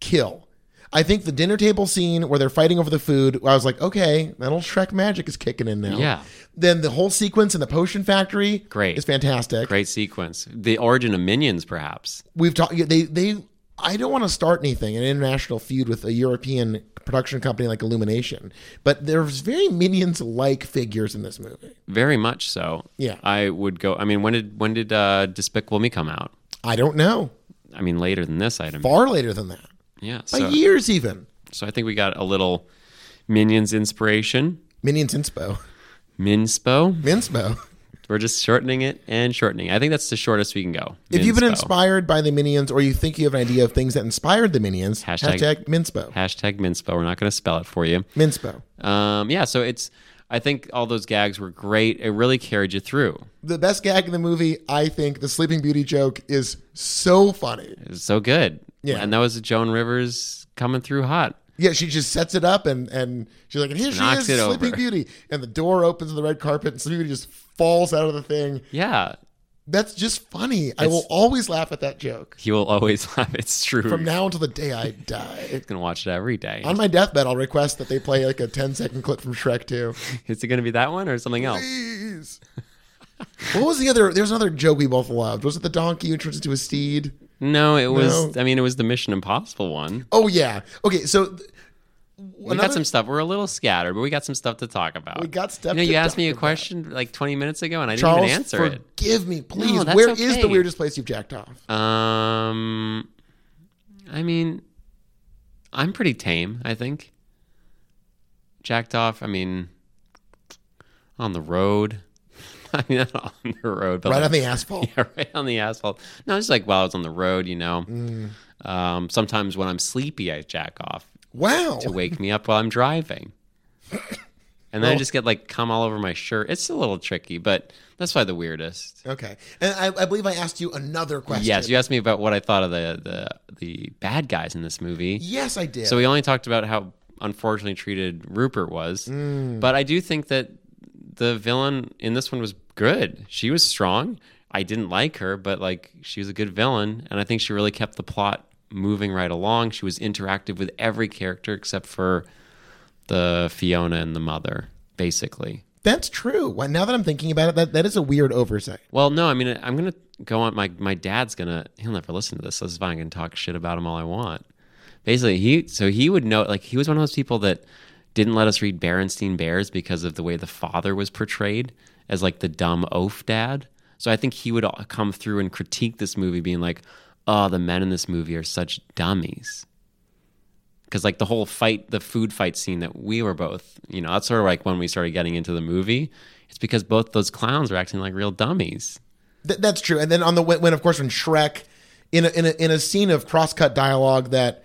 S1: kill. I think the dinner table scene where they're fighting over the food, I was like, okay, that old Shrek magic is kicking in now.
S2: Yeah.
S1: Then the whole sequence in the potion factory
S2: Great.
S1: is fantastic.
S2: Great sequence. The origin of minions, perhaps.
S1: we've talked they they I don't want to start anything an international feud with a European production company like Illumination, but there's very minions like figures in this movie.
S2: Very much so.
S1: Yeah.
S2: I would go. I mean, when did when did uh, Despicable Me come out?
S1: I don't know.
S2: I mean, later than this item.
S1: Far later than that.
S2: Yeah.
S1: By
S2: So,
S1: years even.
S2: so I think we got a little minions inspiration.
S1: Minions inspo.
S2: Minspo.
S1: Minspo.
S2: We're just shortening it and shortening. I think that's the shortest we can go.
S1: If you've been
S2: Minspo.
S1: inspired by the minions or you think you have an idea of things that inspired the minions, hashtag,
S2: Hashtag-
S1: Minspo.
S2: Hashtag Minspo. We're not going to spell it for you.
S1: Minspo.
S2: Um, yeah. So it's. I think all those gags were great. It really carried you through.
S1: The best gag in the movie, I think, the Sleeping Beauty joke is so funny.
S2: It was so good.
S1: Yeah.
S2: And that was Joan Rivers coming through hot.
S1: Yeah, she just sets it up and and she's like, and here she is,
S2: Knocks it over.
S1: Sleeping Beauty. And the door opens on the red carpet, and Sleeping Beauty just falls out of the thing.
S2: Yeah.
S1: That's just funny. I will always laugh at that joke
S2: He will always laugh. It's true.
S1: from now until the day I die.
S2: He's gonna watch it every day.
S1: On my deathbed, I'll request that they play like a 10 second clip from Shrek 2.
S2: Is it gonna be that one or something else?
S1: Please. what was the other? There was another joke we both loved. Was it the donkey who turns into a steed?
S2: No, it was.
S1: No.
S2: I mean, it was the Mission Impossible one.
S1: Oh, yeah. Okay, so th-
S2: We got some stuff. We're a little scattered, but we got some stuff to talk about.
S1: We got stuff
S2: You know,
S1: to
S2: you asked
S1: talk
S2: me a
S1: about.
S2: question like 20 minutes ago, and I
S1: Charles,
S2: didn't even answer
S1: forgive me, please. Where
S2: that's
S1: is the
S2: okay.
S1: weirdest place you've jacked off?
S2: it. Um, I mean, I'm pretty tame. I think. Jacked off. I mean, on the road. I mean, not on the road, but
S1: Right
S2: like,
S1: on the asphalt.
S2: Yeah, right on the asphalt. No, just like while I was on the road, you know. Um, sometimes when I'm sleepy, I jack off
S1: Wow.
S2: to wake me up while I'm driving. And then I just get like cum all over my shirt. It's a little tricky, but that's probably the weirdest.
S1: Okay. And I, I believe I asked you another question.
S2: Yes, you asked me about what I thought of the the, the bad guys in this movie.
S1: Yes, I did.
S2: So we only talked about how unfortunately treated Rupert was, but I do think that the villain in this one was good. She was strong. I didn't like her, but like she was a good villain, and I think she really kept the plot moving right along. She was interactive with every character except for the Fiona and the mother, basically.
S1: That's true. Why- Now that I'm thinking about it, that, that is a weird oversight.
S2: Well, no, I mean, I'm gonna go on. My my dad's gonna. He'll never listen to this. So this is fine. I can talk shit about him all I want. Basically, he so he would know. Like he was one of those people that didn't let us read Berenstain Bears because of the way the father was portrayed as like the dumb oaf dad. So I think he would all- come through and critique this movie, being like, "Oh, the men in this movie are such dummies." Because like the whole fight, the food fight scene that we were both, you know, that's sort of like when we started getting into the movie. It's because both those clowns were acting like real dummies.
S1: Th- that's true. And then on the when, when of course when Shrek in a, in a, in a scene of crosscut dialogue that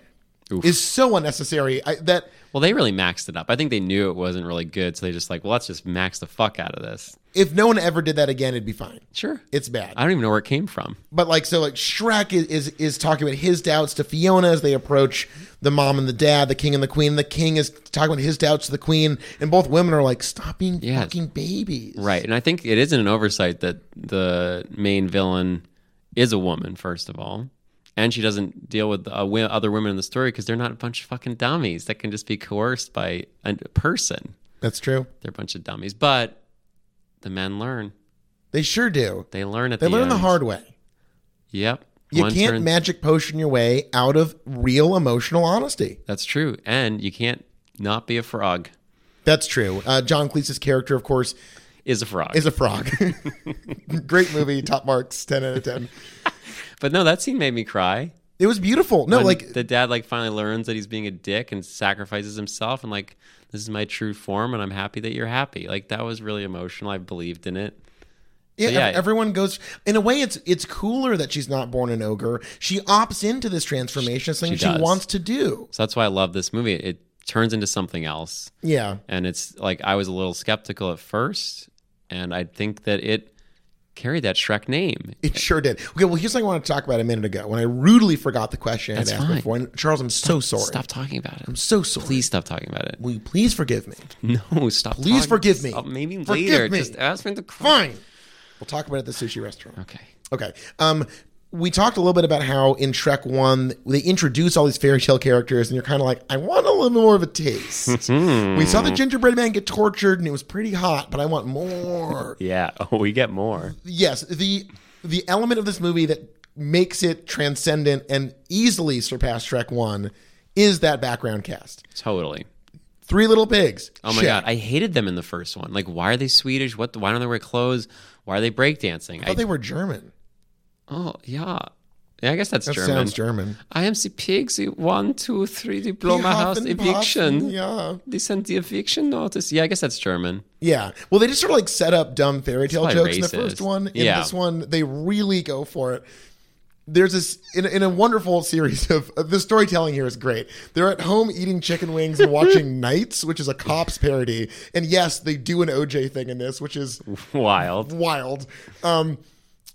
S1: is so unnecessary. I, that
S2: Well, they really maxed it up. I think they knew it wasn't really good, so they just like, well, let's just max the fuck out of this.
S1: if no one ever did that again, it'd be fine.
S2: Sure.
S1: It's bad.
S2: I don't even know where it came from.
S1: But like so, like Shrek is, is is talking about his doubts to Fiona as they approach the mom and the dad, the king and the queen. The king is talking about his doubts to the queen, and both women are like, "Stop being
S2: Yes.
S1: fucking babies."
S2: Right. And I think it isn't an oversight that the main villain is a woman, first of all. And she doesn't deal with uh, wo- other women in the story because they're not a bunch of fucking dummies that can just be coerced by a person.
S1: That's true.
S2: They're a bunch of dummies. But the men learn.
S1: They sure do.
S2: They learn at
S1: They
S2: the
S1: learn the
S2: end.
S1: hard way.
S2: Yep.
S1: You
S2: One
S1: can't
S2: turns-
S1: magic potion your way out of real emotional honesty.
S2: That's true. And you can't not be a frog.
S1: That's true. Uh, John Cleese's character, of course,
S2: Is a frog.
S1: is a frog. Great movie, top marks, ten out of ten.
S2: But no, that scene made me cry.
S1: It was beautiful. No,
S2: When
S1: like
S2: the dad like finally learns that he's being a dick and sacrifices himself and like this is my true form and I'm happy that you're happy. Like that was really emotional. I believed in it.
S1: Yeah,
S2: yeah.
S1: ev- everyone goes. In a way, it's it's cooler that she's not born an ogre. She opts into this transformation, it's something
S2: she
S1: she,
S2: does.
S1: wants to do.
S2: So that's why I love this movie. It turns into something else.
S1: Yeah,
S2: And it's like I was a little skeptical at first and I think that it carried that Shrek name.
S1: it sure did. Okay, well, here's something I want to talk about a minute ago when I rudely forgot the question I had
S2: That's
S1: asked
S2: fine.
S1: before. And Charles, I'm so sorry.
S2: Stop talking about it.
S1: I'm so sorry.
S2: Please stop talking about it.
S1: will you please forgive me?
S2: No, stop.
S1: Please
S2: talking-
S1: forgive me.
S2: Stop. Maybe
S1: Forgive
S2: later.
S1: me.
S2: Just ask me the crime.
S1: Fine. We'll talk about it at the sushi restaurant.
S2: Okay.
S1: Okay. Um, we talked a little bit about how in Shrek One they introduce all these fairy tale characters, and you're kind of like, I want a little more of a taste. we saw the gingerbread man get tortured, and it was pretty hot, but I want more.
S2: Yeah. Oh, we get more.
S1: yes, the the element of this movie that makes it transcendent and easily surpass Shrek One is that background cast.
S2: Totally.
S1: Three Little Pigs.
S2: Oh my god, I hated them in the first one. Like, why are they Swedish? What? Why don't they wear clothes? Why are they breakdancing?
S1: I
S2: I,
S1: thought they were German.
S2: oh yeah, yeah. I guess that's
S1: That
S2: German.
S1: sounds German.
S2: I am the pigsy one, two, three. Diploma Oh, house eviction.
S1: Yeah.
S2: They sent the eviction notice. Yeah, I guess that's German.
S1: Yeah. Well, they just sort of like set up dumb fairy tale
S2: It's
S1: jokes
S2: probably
S1: in the
S2: racist.
S1: first one. In
S2: Yeah.
S1: this one, they really go for it. There's this in, in a wonderful series of of- the storytelling here is great. They're at home eating chicken wings and watching Knights, which is a cops parody. And yes, they do an OJ thing in this, which is
S2: Wild.
S1: wild. Um,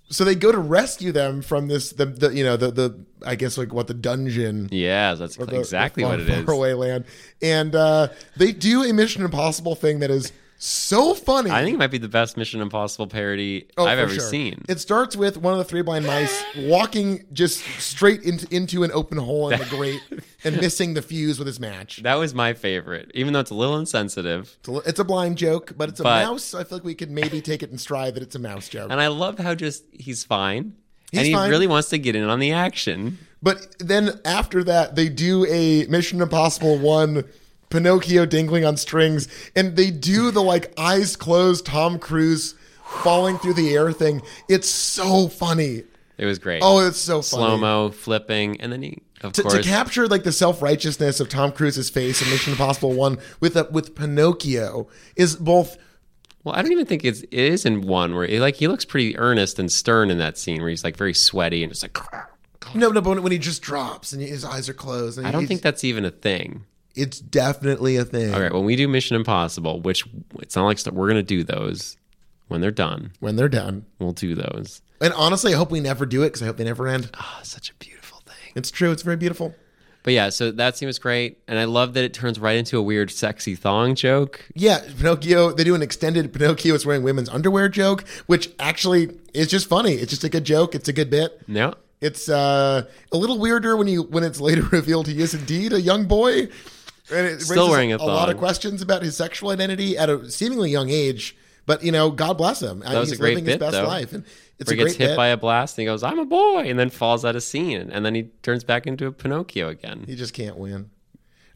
S1: so they go to rescue them from this the, the you know the the I guess like what the dungeon
S2: Yeah, that's
S1: the-
S2: exactly
S1: the
S2: what
S1: far-
S2: it is.
S1: Faraway land, and uh, they do a Mission Impossible thing that is so funny.
S2: I think it might be the best Mission Impossible parody
S1: Oh,
S2: I've
S1: for
S2: ever
S1: sure.
S2: seen.
S1: It starts with one of the three blind mice walking just straight into, into an open hole in the grate and missing the fuse with his match.
S2: That was my favorite, even though it's a little insensitive.
S1: It's a, li- it's a blind joke, but it's a
S2: But-
S1: mouse. So I feel like we could maybe take it in stride that it's a mouse joke.
S2: And I love how just he's fine,
S1: He's
S2: and he
S1: fine.
S2: really wants to get in on the action.
S1: But then after that, they do a Mission Impossible 1 Pinocchio dangling on strings, and they do the like eyes closed Tom Cruise falling through the air thing. It's so funny.
S2: It was great.
S1: Oh, it's so funny.
S2: slow mo flipping, and then he, of
S1: To, to
S2: course,
S1: capture like the self righteousness of Tom Cruise's face in Mission Impossible One with a, with Pinocchio is both
S2: well, I don't even think it's it is in one where he, like he looks pretty earnest and stern in that scene where he's like very sweaty and it's like.
S1: no no but when he just drops and his eyes are closed. And
S2: I don't
S1: he's-
S2: think that's even a thing.
S1: it's definitely a thing
S2: All right, when we do Mission Impossible, which it's not like st- we're gonna do those when they're done,
S1: when they're done.
S2: we'll do those.
S1: And honestly, I hope we never do it because I hope they never end.
S2: Ah, such a beautiful thing.
S1: It's true. It's very beautiful.
S2: But yeah, so that scene was great, and I love that it turns right into a weird sexy thong joke.
S1: Yeah, Pinocchio. They do an extended Pinocchio is wearing women's underwear joke, which actually is just funny. It's just a good joke. It's a good bit.
S2: No,
S1: It's uh, a little weirder when you when it's later revealed he is indeed a young boy. And it
S2: Still
S1: raises
S2: wearing a
S1: a lot
S2: thong.
S1: of questions about his sexual identity at a seemingly young age. But you know, God bless him. I-
S2: That was
S1: He's
S2: a great
S1: living his
S2: bit,
S1: best
S2: though.
S1: life, and it's
S2: Where
S1: a
S2: he gets
S1: great
S2: hit
S1: bit.
S2: by a blast and he goes, I'm a boy, and then falls out of scene. And then he turns back into a Pinocchio again.
S1: he just can't win.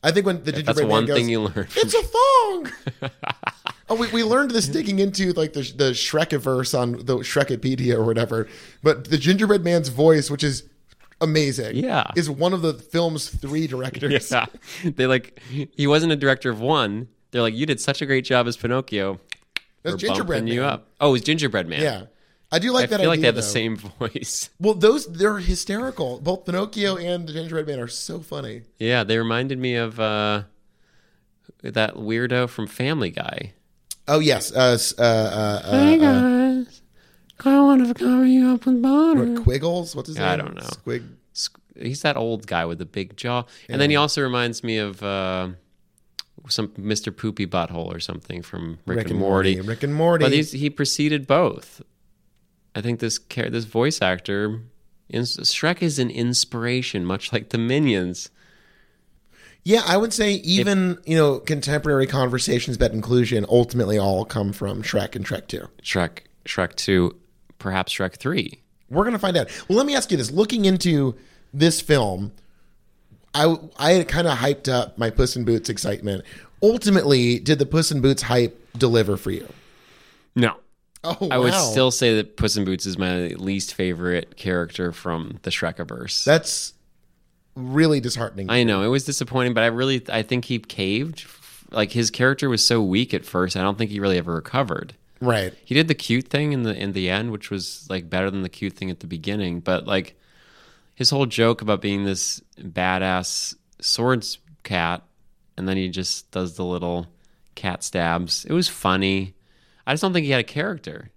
S1: I think when the
S2: That's
S1: gingerbread man
S2: one
S1: goes,
S2: thing you learn. From,
S1: It's a thong. oh, we, we learned this digging into like the the Shrekiverse on the Shrekipedia or whatever. But the Gingerbread Man's voice, which is amazing,
S2: Yeah.
S1: is one of the film's three directors.
S2: yeah. They like, he wasn't a director of one. They're like, you did such a great job as Pinocchio.
S1: That's
S2: We're
S1: Gingerbread
S2: bumping you
S1: Man.
S2: up. Oh, it was Gingerbread Man.
S1: Yeah. I do like
S2: I
S1: that
S2: feel like
S1: idea,
S2: they have the
S1: though.
S2: same voice.
S1: Well, those they're hysterical. Both Pinocchio and the Gingerbread Man are so funny.
S2: Yeah, they reminded me of uh, that weirdo from Family Guy.
S1: Oh yes, uh, s- uh, uh, uh,
S2: Hey guys, I want to cover you up with butter.
S1: Quiggles. Mm-hmm. What's his
S2: I
S1: name?
S2: don't know.
S1: Squig.
S2: Squ- He's that old guy with the big jaw, and then he also reminds me of uh, some Mr. Poopy Butthole or something from Rick, and Morty.
S1: Rick and Morty.
S2: But he's, he preceded both. I think this char- this voice actor, in, Shrek is an inspiration, much like the Minions.
S1: Yeah, I would say even you know contemporary conversations about inclusion ultimately all come from Shrek and Shrek Two.
S2: Shrek, Shrek Two, perhaps Shrek Three.
S1: We're gonna find out. Well, let me ask you this: looking into this film, I I had kind of hyped up my Puss in Boots excitement. Ultimately, did the Puss in Boots hype deliver for you?
S2: No,
S1: Oh, wow.
S2: I would still say that Puss in Boots is my least favorite character from the Shrekiverse.
S1: That's really disheartening.
S2: I know it was disappointing, but I really I think he caved. Like his character was so weak at first, I don't think he really ever recovered.
S1: right.
S2: He did the cute thing in the in the end, which was like better than the cute thing at the beginning. But like his whole joke about being this badass swords cat, and then he just does the little cat stabs. It was funny. I just don't think he had a character.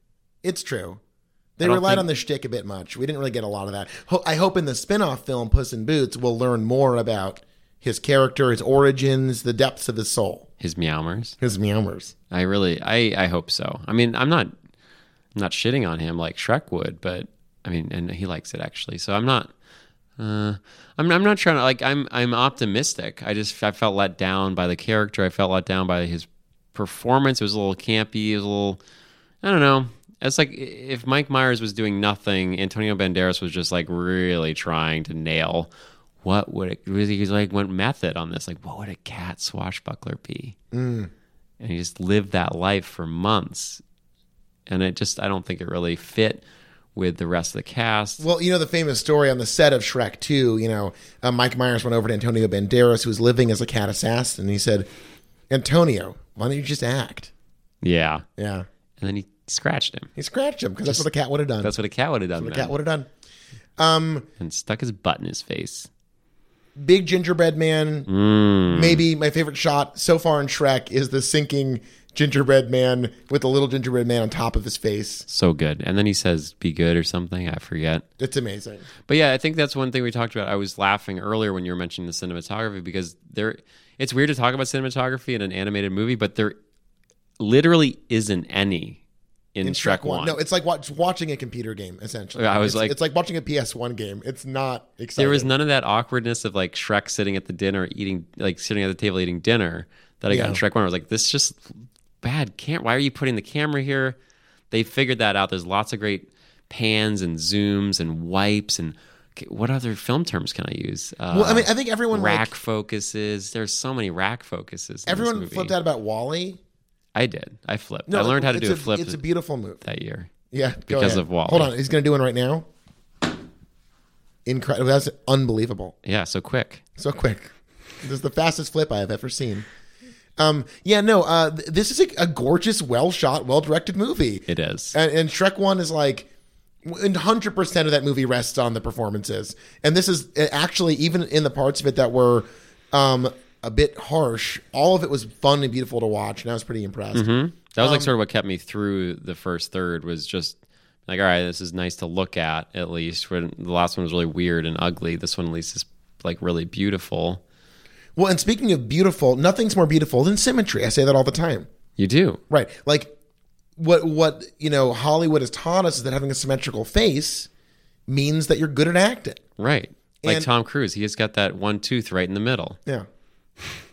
S1: It's true. They
S2: don't
S1: relied
S2: think-
S1: on the shtick a bit much. We didn't really get a lot of that. Ho- I hope in the spin-off film Puss in Boots we'll learn more about his character, his origins, the depths of his soul,
S2: His meowmers.
S1: his meowmers.
S2: I really, I, I hope so. I mean, I'm not, I'm not shitting on him like Shrek would, but I mean, and he likes it actually. So I'm not, uh, I'm, I'm not trying to like, I'm, I'm optimistic. I just, I felt let down by the character. I felt let down by his performance. It was a little campy. It was a little, I don't know. It's like if Mike Myers was doing nothing, Antonio Banderas was just like really trying to nail what would it, he like went method on this. Like, what would a cat swashbuckler be? and he just lived that life for months. And it just, I don't think it really fit with the rest of the cast.
S1: Well, you know the famous story on the set of Shrek 2, you know, uh, Mike Myers went over to Antonio Banderas who was living as a cat assassin and he said, "Antonio, why don't you just act?"
S2: Yeah.
S1: Yeah.
S2: And then he scratched him.
S1: He scratched him because that's what a cat would have done. That's
S2: That's what a cat would have done.
S1: what a
S2: man.
S1: cat would have done.
S2: and stuck his butt in his face.
S1: Big Gingerbread Man.
S2: Mm.
S1: Maybe my favorite shot so far in Shrek is the sinking Gingerbread Man with the little Gingerbread Man on top of his face.
S2: So good. And then he says, be good or something. I forget.
S1: It's amazing.
S2: But yeah, I think that's one thing we talked about. I was laughing earlier when you were mentioning the cinematography because there it's weird to talk about cinematography in an animated movie, but there literally isn't any in, Shrek, 1.
S1: No, it's like watch, watching a computer game essentially.
S2: I was
S1: It's-
S2: like-
S1: it's like watching a PS1 game. It's not exciting.
S2: There was none of that awkwardness of like Shrek sitting at the dinner eating, like sitting at the table eating dinner that I got in
S1: Yeah.
S2: Shrek One. I was like, this is just bad. Can't. Why are you putting the camera here? They figured that out. There's lots of great pans and zooms and wipes and okay, what other film terms can I use? Uh,
S1: well, I mean, I think everyone
S2: rack
S1: like,
S2: focuses. There's so many rack focuses. in this
S1: everyone
S2: movie.
S1: flipped out about Wally.
S2: I did. I flipped. I learned how to
S1: it's
S2: do a,
S1: a
S2: flip
S1: It's a beautiful move.
S2: that year.
S1: Yeah, go
S2: because
S1: ahead.
S2: of Wall-E.
S1: Hold on, he's going to do one right now. Incredible! That's unbelievable.
S2: Yeah, so quick.
S1: so quick. This is the fastest flip I have ever seen. Um, yeah, no, uh, th- this is a, a gorgeous, well shot, well directed movie.
S2: It is.
S1: And, and Shrek 1 is like, 100% of that movie rests on the performances. And this is uh, actually, even in the parts of it that were um, a bit harsh, all of it was fun and beautiful to watch. And I was pretty impressed.
S2: That was
S1: Um,
S2: like sort of what kept me through the first third was just like, all right, this is nice to look at at least. When the last one was really weird and ugly, this one at least is like really beautiful.
S1: Well, and speaking of beautiful, nothing's more beautiful than symmetry. I say that all the time.
S2: You do.
S1: Right. Like what what you know Hollywood has taught us is that having a symmetrical face means that you're good at acting.
S2: Right. Like
S1: And-
S2: Tom Cruise, he has got that one tooth right in the middle.
S1: Yeah.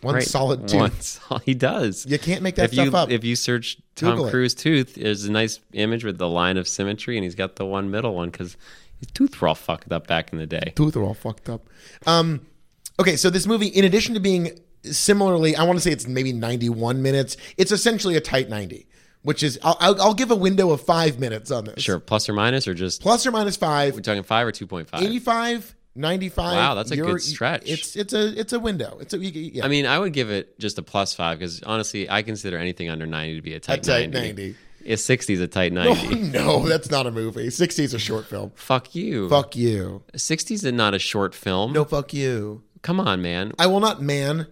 S1: One
S2: Right.
S1: solid tooth.
S2: Once. he does.
S1: You can't make that
S2: if
S1: stuff
S2: you,
S1: up.
S2: If you search Tom
S1: Google it.
S2: Cruise tooth, there's a nice image with the line of symmetry, and he's got the one middle one because his teeth were all fucked up back in the day.
S1: tooth are all fucked up. Um, okay, so this movie, in addition to being similarly, I want to say it's maybe 91 minutes. It's essentially a tight 90, which is I'll, I'll, I'll give a window of five minutes on this.
S2: Sure, plus or minus, or just
S1: plus or minus five,
S2: we're talking five or two point five.
S1: 85, 95.
S2: Wow, that's a
S1: you're-
S2: good stretch.
S1: It's it's a it's a window. It's a you- you- yeah,
S2: I mean, I would give it just a plus five because honestly, I consider anything under ninety to be a tight,
S1: tight
S2: 90. A sixty is a tight
S1: Oh,
S2: ninety.
S1: no, that's not a movie. 60 is a short film.
S2: Fuck you.
S1: Fuck you.
S2: Sixties is not a short film.
S1: No, fuck you.
S2: Come on, man.
S1: I will not man.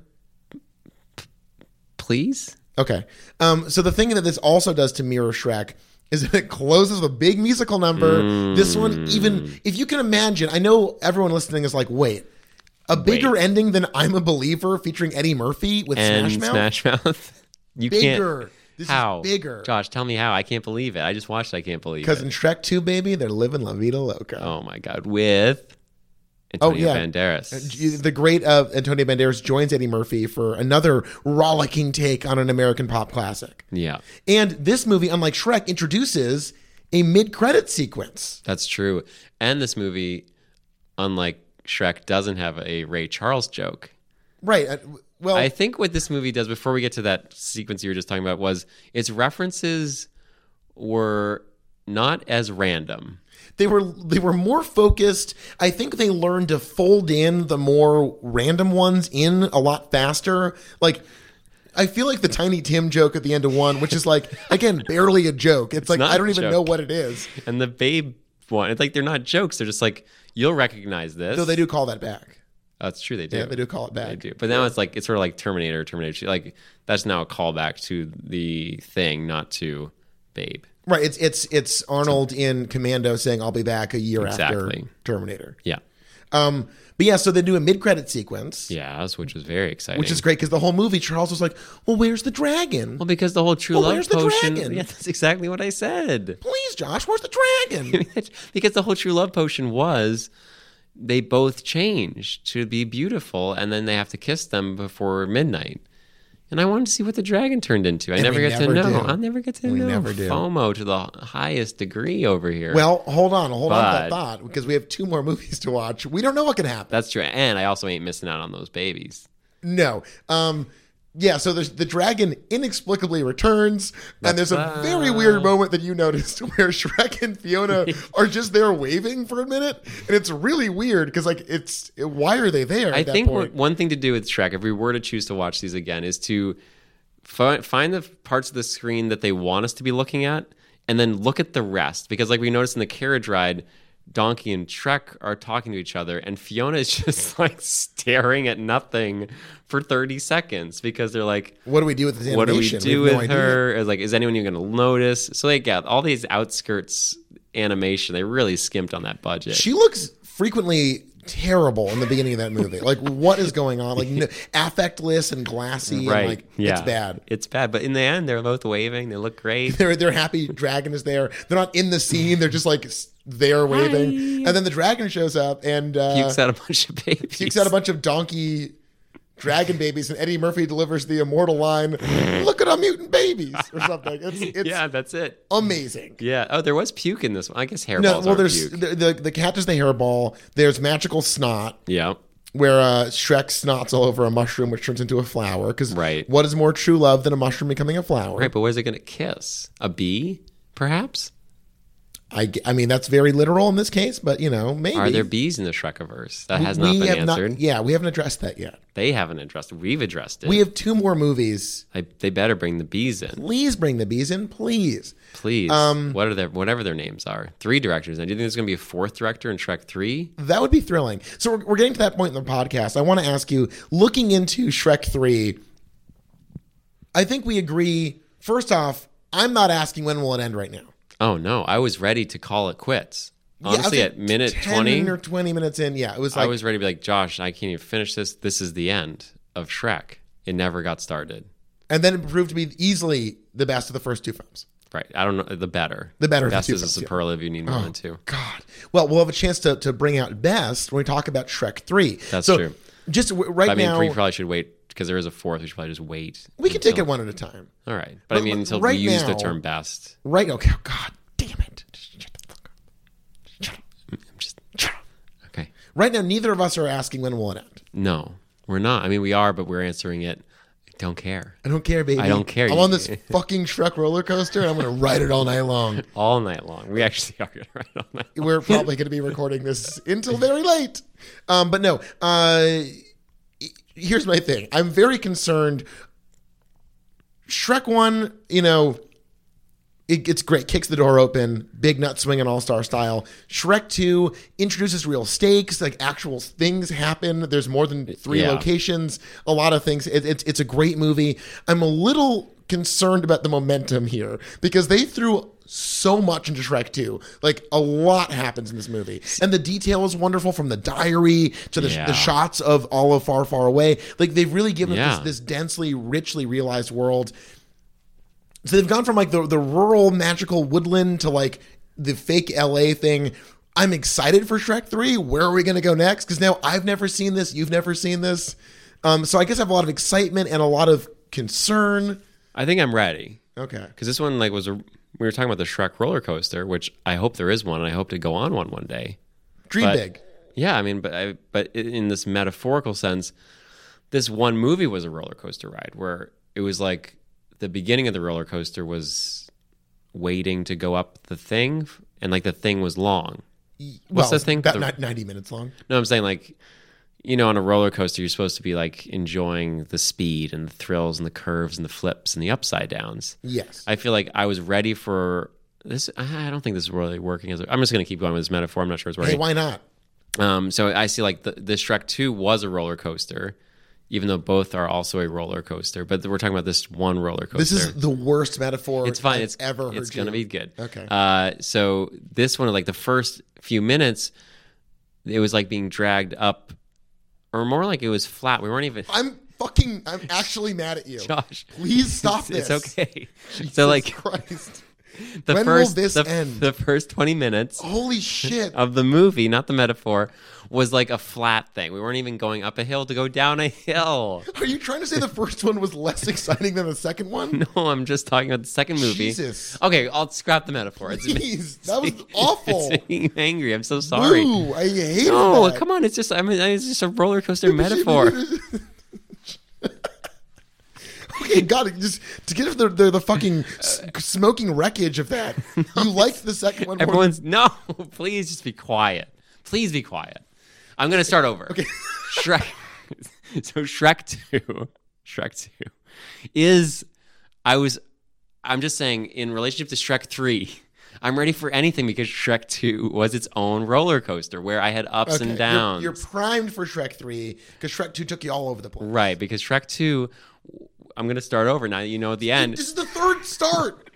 S2: Please.
S1: Okay. Um, so the thing that this also does to Mirror Shrek is that it closes with a big musical number. This one,
S2: Mm.
S1: even if you can imagine, I know everyone listening is like, wait, a bigger ending than I'm a Believer featuring Eddie Murphy with
S2: And
S1: Smash Mouth?
S2: Smash Mouth. You
S1: bigger.
S2: can't.
S1: This
S2: how
S1: is bigger.
S2: Josh, tell me how. I can't believe it. I just watched. I can't believe
S1: Because
S2: it.
S1: in Shrek 2, baby, they're living La Vida Loca.
S2: Oh my god. With Antonio
S1: Oh, yeah.
S2: Banderas.
S1: The great uh, Antonio Banderas joins Eddie Murphy for another rollicking take on an American pop classic.
S2: Yeah,
S1: And this movie, unlike Shrek, introduces a mid-credit sequence.
S2: that's true. And this movie, unlike Shrek, doesn't have a Ray Charles joke.
S1: Right. uh, Well,
S2: I think what this movie does before we get to that sequence you were just talking about was its references were not as random.
S1: they were they were more focused. I think they learned to fold in the more random ones in a lot faster. Like I feel like the Tiny Tim joke at the end of one, which is like again barely a joke. It's, like
S2: not
S1: I don't
S2: a
S1: even
S2: joke.
S1: know what it is.
S2: And the babe one, it's like they're not jokes. They're just like you'll recognize this.
S1: Though they do call that back.
S2: Oh, it's true. They do.
S1: Yeah, they do call it back.
S2: They do. But now it's like it's sort of like Terminator, Terminator. 2. Like that's now a callback to the thing, not to Babe.
S1: Right. It's it's it's Arnold in Commando saying I'll be back a year
S2: Exactly.
S1: after Terminator.
S2: Yeah.
S1: Um, but yeah, so they do a mid-credit sequence,
S2: Yes, which was very exciting.
S1: which is great because the whole movie Charles was like, "Well, where's the dragon?
S2: well because the whole true
S1: Well,
S2: love
S1: where's the
S2: potion.
S1: dragon?
S2: Yeah, that's exactly what I said.
S1: Please, Josh, where's the dragon?"
S2: because the whole true love potion was they both change to be beautiful and then they have to kiss them before midnight. And I wanted to see what the dragon turned into. I never
S1: we
S2: get
S1: never
S2: to know.
S1: do.
S2: I'll never get to
S1: we
S2: know.
S1: never do.
S2: FOMO to the highest degree over here.
S1: Well, hold on, hold on to that
S2: But-
S1: thought because we have two more movies to watch. We don't know what can happen.
S2: That's true. And I also ain't missing out on those babies.
S1: No. Um yeah, so there's the dragon inexplicably returns, and there's a very weird moment that you noticed where Shrek and Fiona are just there waving for a minute, and it's really weird because like it's why are they there?
S2: I
S1: at that
S2: think
S1: point?
S2: what, one thing to do with Shrek, if we were to choose to watch these again, is to fi- find the parts of the screen that they want us to be looking at and then look at the rest. Because, like we noticed in the carriage ride, Donkey and Shrek are talking to each other, and Fiona is just like staring at nothing for 30 seconds because they're like,
S1: what do we do with this animation?
S2: what do we do
S1: have no
S2: with
S1: idea.
S2: her? Is like, is anyone even going to notice? So, like, yeah, all these outskirts animation, they really skimped on that budget.
S1: She looks frequently terrible in the beginning of that movie. like what is going on? Like no, affectless and glassy, and like it's bad.
S2: It's bad. But in the end, they're both waving. They look great.
S1: they're they're happy dragon is there they're not in the scene they're just like s- there waving and then the dragon shows up and uh,
S2: Pukes
S1: pukes, out,
S2: out a bunch of babies.
S1: a bunch of donkey dragon babies and eddie murphy delivers the immortal line look at our mutant babies or something it's, it's
S2: yeah, that's it.
S1: amazing
S2: Yeah. Oh, there was puke in this one. I guess hairballs
S1: no well
S2: aren't
S1: there's
S2: puke.
S1: the, the the cat is the hairball there's magical snot
S2: Yeah.
S1: where uh, Shrek snots all over a mushroom, which turns into a flower. Because
S2: Right.
S1: what is more true love than a mushroom becoming a flower?
S2: Right, but where's it going to kiss? A bee, perhaps?
S1: I, g- I mean, that's very literal in this case, but you know, maybe
S2: Are there bees in the Shrekiverse? That has not been answered.
S1: yeah, we haven't addressed that yet.
S2: They haven't addressed it. We've addressed it.
S1: We have two more movies.
S2: I, they better bring the bees in,
S1: Please bring the bees in, please.
S2: please.
S1: Um,
S2: what are their whatever their names are? Three directors. And do you think there's going to be a fourth director in Shrek Three?
S1: That would be thrilling. So we're, we're getting to that point in the podcast. I want to ask you, looking into Shrek 3, I think we agree. First off, I'm not asking when will it end right now.
S2: Oh no, I was ready to call it quits.
S1: Yeah, I was
S2: Honestly,
S1: like
S2: at minute
S1: 10
S2: twenty,
S1: or 20 minutes in, yeah, it was
S2: I
S1: like,
S2: was ready to be like, Josh, I can't even finish this. This is the end of Shrek. It never got started.
S1: and then it proved to be easily the best of the first two films.
S2: Right. I don't know. The better.
S1: The better of the
S2: Best
S1: two
S2: is a
S1: films, yeah. Oh.
S2: superlative you need more than two.
S1: God. Well, we'll have a chance to, to bring out best when we talk about Shrek 3.
S2: That's
S1: so
S2: true.
S1: Just w- right
S2: I mean,
S1: now,
S2: we probably should wait because there is a fourth. We should probably just wait.
S1: We can take it one at a time.
S2: All right, but, I
S1: But
S2: mean,
S1: look,
S2: until
S1: right
S2: we use the
S1: now-
S2: term best,
S1: Right? Okay. Oh, God damn it. Just shut the fuck up.
S2: I'm just
S1: Shut up.
S2: okay.
S1: Right now, neither of us are asking when will it end.
S2: No, we're not. I mean, we are, but we're answering it. Don't care
S1: I don't care, baby.
S2: I don't care.
S1: I'm on this fucking Shrek roller coaster, and I'm gonna ride it all night long.
S2: all night long. We actually are gonna write all night.
S1: We're probably gonna be recording this until very late. Um, but no. Uh, here's my thing. I'm very concerned. Shrek one, you know, it, it's great. Kicks the door open, big nut swing and all star style. Shrek two introduces real stakes, like actual things happen. There's more than three
S2: Yeah.
S1: locations, a lot of things. It, it's it's a great movie. I'm a little concerned about the momentum here because they threw so much into Shrek 2. Like a lot happens in this movie. And the detail is wonderful from the diary to the,
S2: Yeah.
S1: the shots of all of far far away. Like they've really given us
S2: Yeah.
S1: this, this densely richly realized world so they've gone from like the, the rural magical woodland to like the fake LA thing. I'm excited for Shrek 3. Where are we going to go next? Because now I've never seen this. You've never seen this. Um, so I guess I have a lot of excitement and a lot of concern.
S2: I think I'm ready
S1: Okay.
S2: because this one like was a. We were talking about the Shrek roller coaster, which I hope there is one, and I hope to go on one one day.
S1: Dream
S2: But-
S1: big.
S2: Yeah, I mean, but I, but i- in this metaphorical sense, this one movie was a roller coaster ride where it was like the beginning of the roller coaster was waiting to go up the thing, and like the thing was long.
S1: What's
S2: the thing?
S1: About
S2: The-
S1: ni- 90 minutes long.
S2: No, I'm saying like, you know, on a roller coaster, you're supposed to be like enjoying the speed and the thrills and the curves and the flips and the upside downs.
S1: Yes.
S2: I feel like I was ready for this. I I don't think this is really working. As a, I'm just going to keep going with this metaphor. I'm not sure it's working.
S1: Hey, why not?
S2: Um, so I see like the, the Shrek 2 was a roller coaster, even though both are also a roller coaster. But we're talking about this one roller coaster.
S1: This is the worst metaphor
S2: it's fine.
S1: I've
S2: It's
S1: ever heard
S2: It's gonna
S1: you.
S2: be good.
S1: Okay.
S2: Uh, so this one, like the first few minutes, it was like being dragged up, or more like it was flat. We weren't even.
S1: I'm fucking, I'm actually mad at you.
S2: Josh,
S1: Please stop
S2: it's
S1: this.
S2: okay.
S1: Jesus
S2: so like
S1: Christ.
S2: the
S1: When will
S2: first
S1: this
S2: the,
S1: end?
S2: the first twenty minutes.
S1: Holy shit.
S2: of the movie, not the metaphor, was like a flat thing. We weren't even going up a hill to go down a hill.
S1: Are you trying to say the first one was less exciting than the second one?
S2: No, I'm just talking about the second movie.
S1: Jesus.
S2: Okay, I'll scrap the metaphor. It's
S1: Jeez, that was awful.
S2: It's making me angry. I'm so sorry.
S1: Ooh, I hate
S2: No,
S1: that.
S2: come on. It's just I mean, it's just a roller coaster metaphor.
S1: okay, God, it just to get off the, the the fucking s-
S2: Uh,
S1: smoking wreckage of that. You liked the second one. more-
S2: Everyone's no. Please just be quiet. Please be quiet. I'm gonna start over. Okay. Shrek. So Shrek Two. Shrek Two is. I was. I'm just saying in relationship to Shrek Three. I'm ready for anything because Shrek 2 was its own roller coaster where I had ups
S1: Okay,
S2: and
S1: you're-
S2: downs.
S1: You're, primed for Shrek three because Shrek two took you all over the place.
S2: Right, because Shrek 2, I'm going to start over now. that You know, at the end,
S1: This is the third start.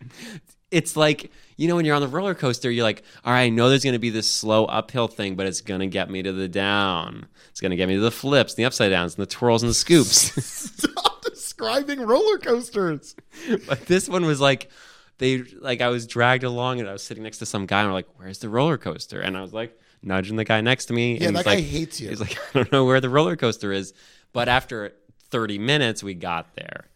S2: it's like, you know, when you're on the roller coaster, you're like, all right, I know there's going to be this slow uphill thing, but it's going to get me to the down. It's going to get me to the flips, the upside downs, and the twirls and the scoops.
S1: Stop describing roller coasters.
S2: but this one was like, they, like, I was dragged along and I was sitting next to some guy and we're like, where's the roller coaster? And I was like, nudging the guy next to me.
S1: Yeah,
S2: and
S1: that
S2: he's
S1: guy
S2: like,
S1: hates you.
S2: He's like, I don't know where the roller coaster is. But after 30 minutes, we got there.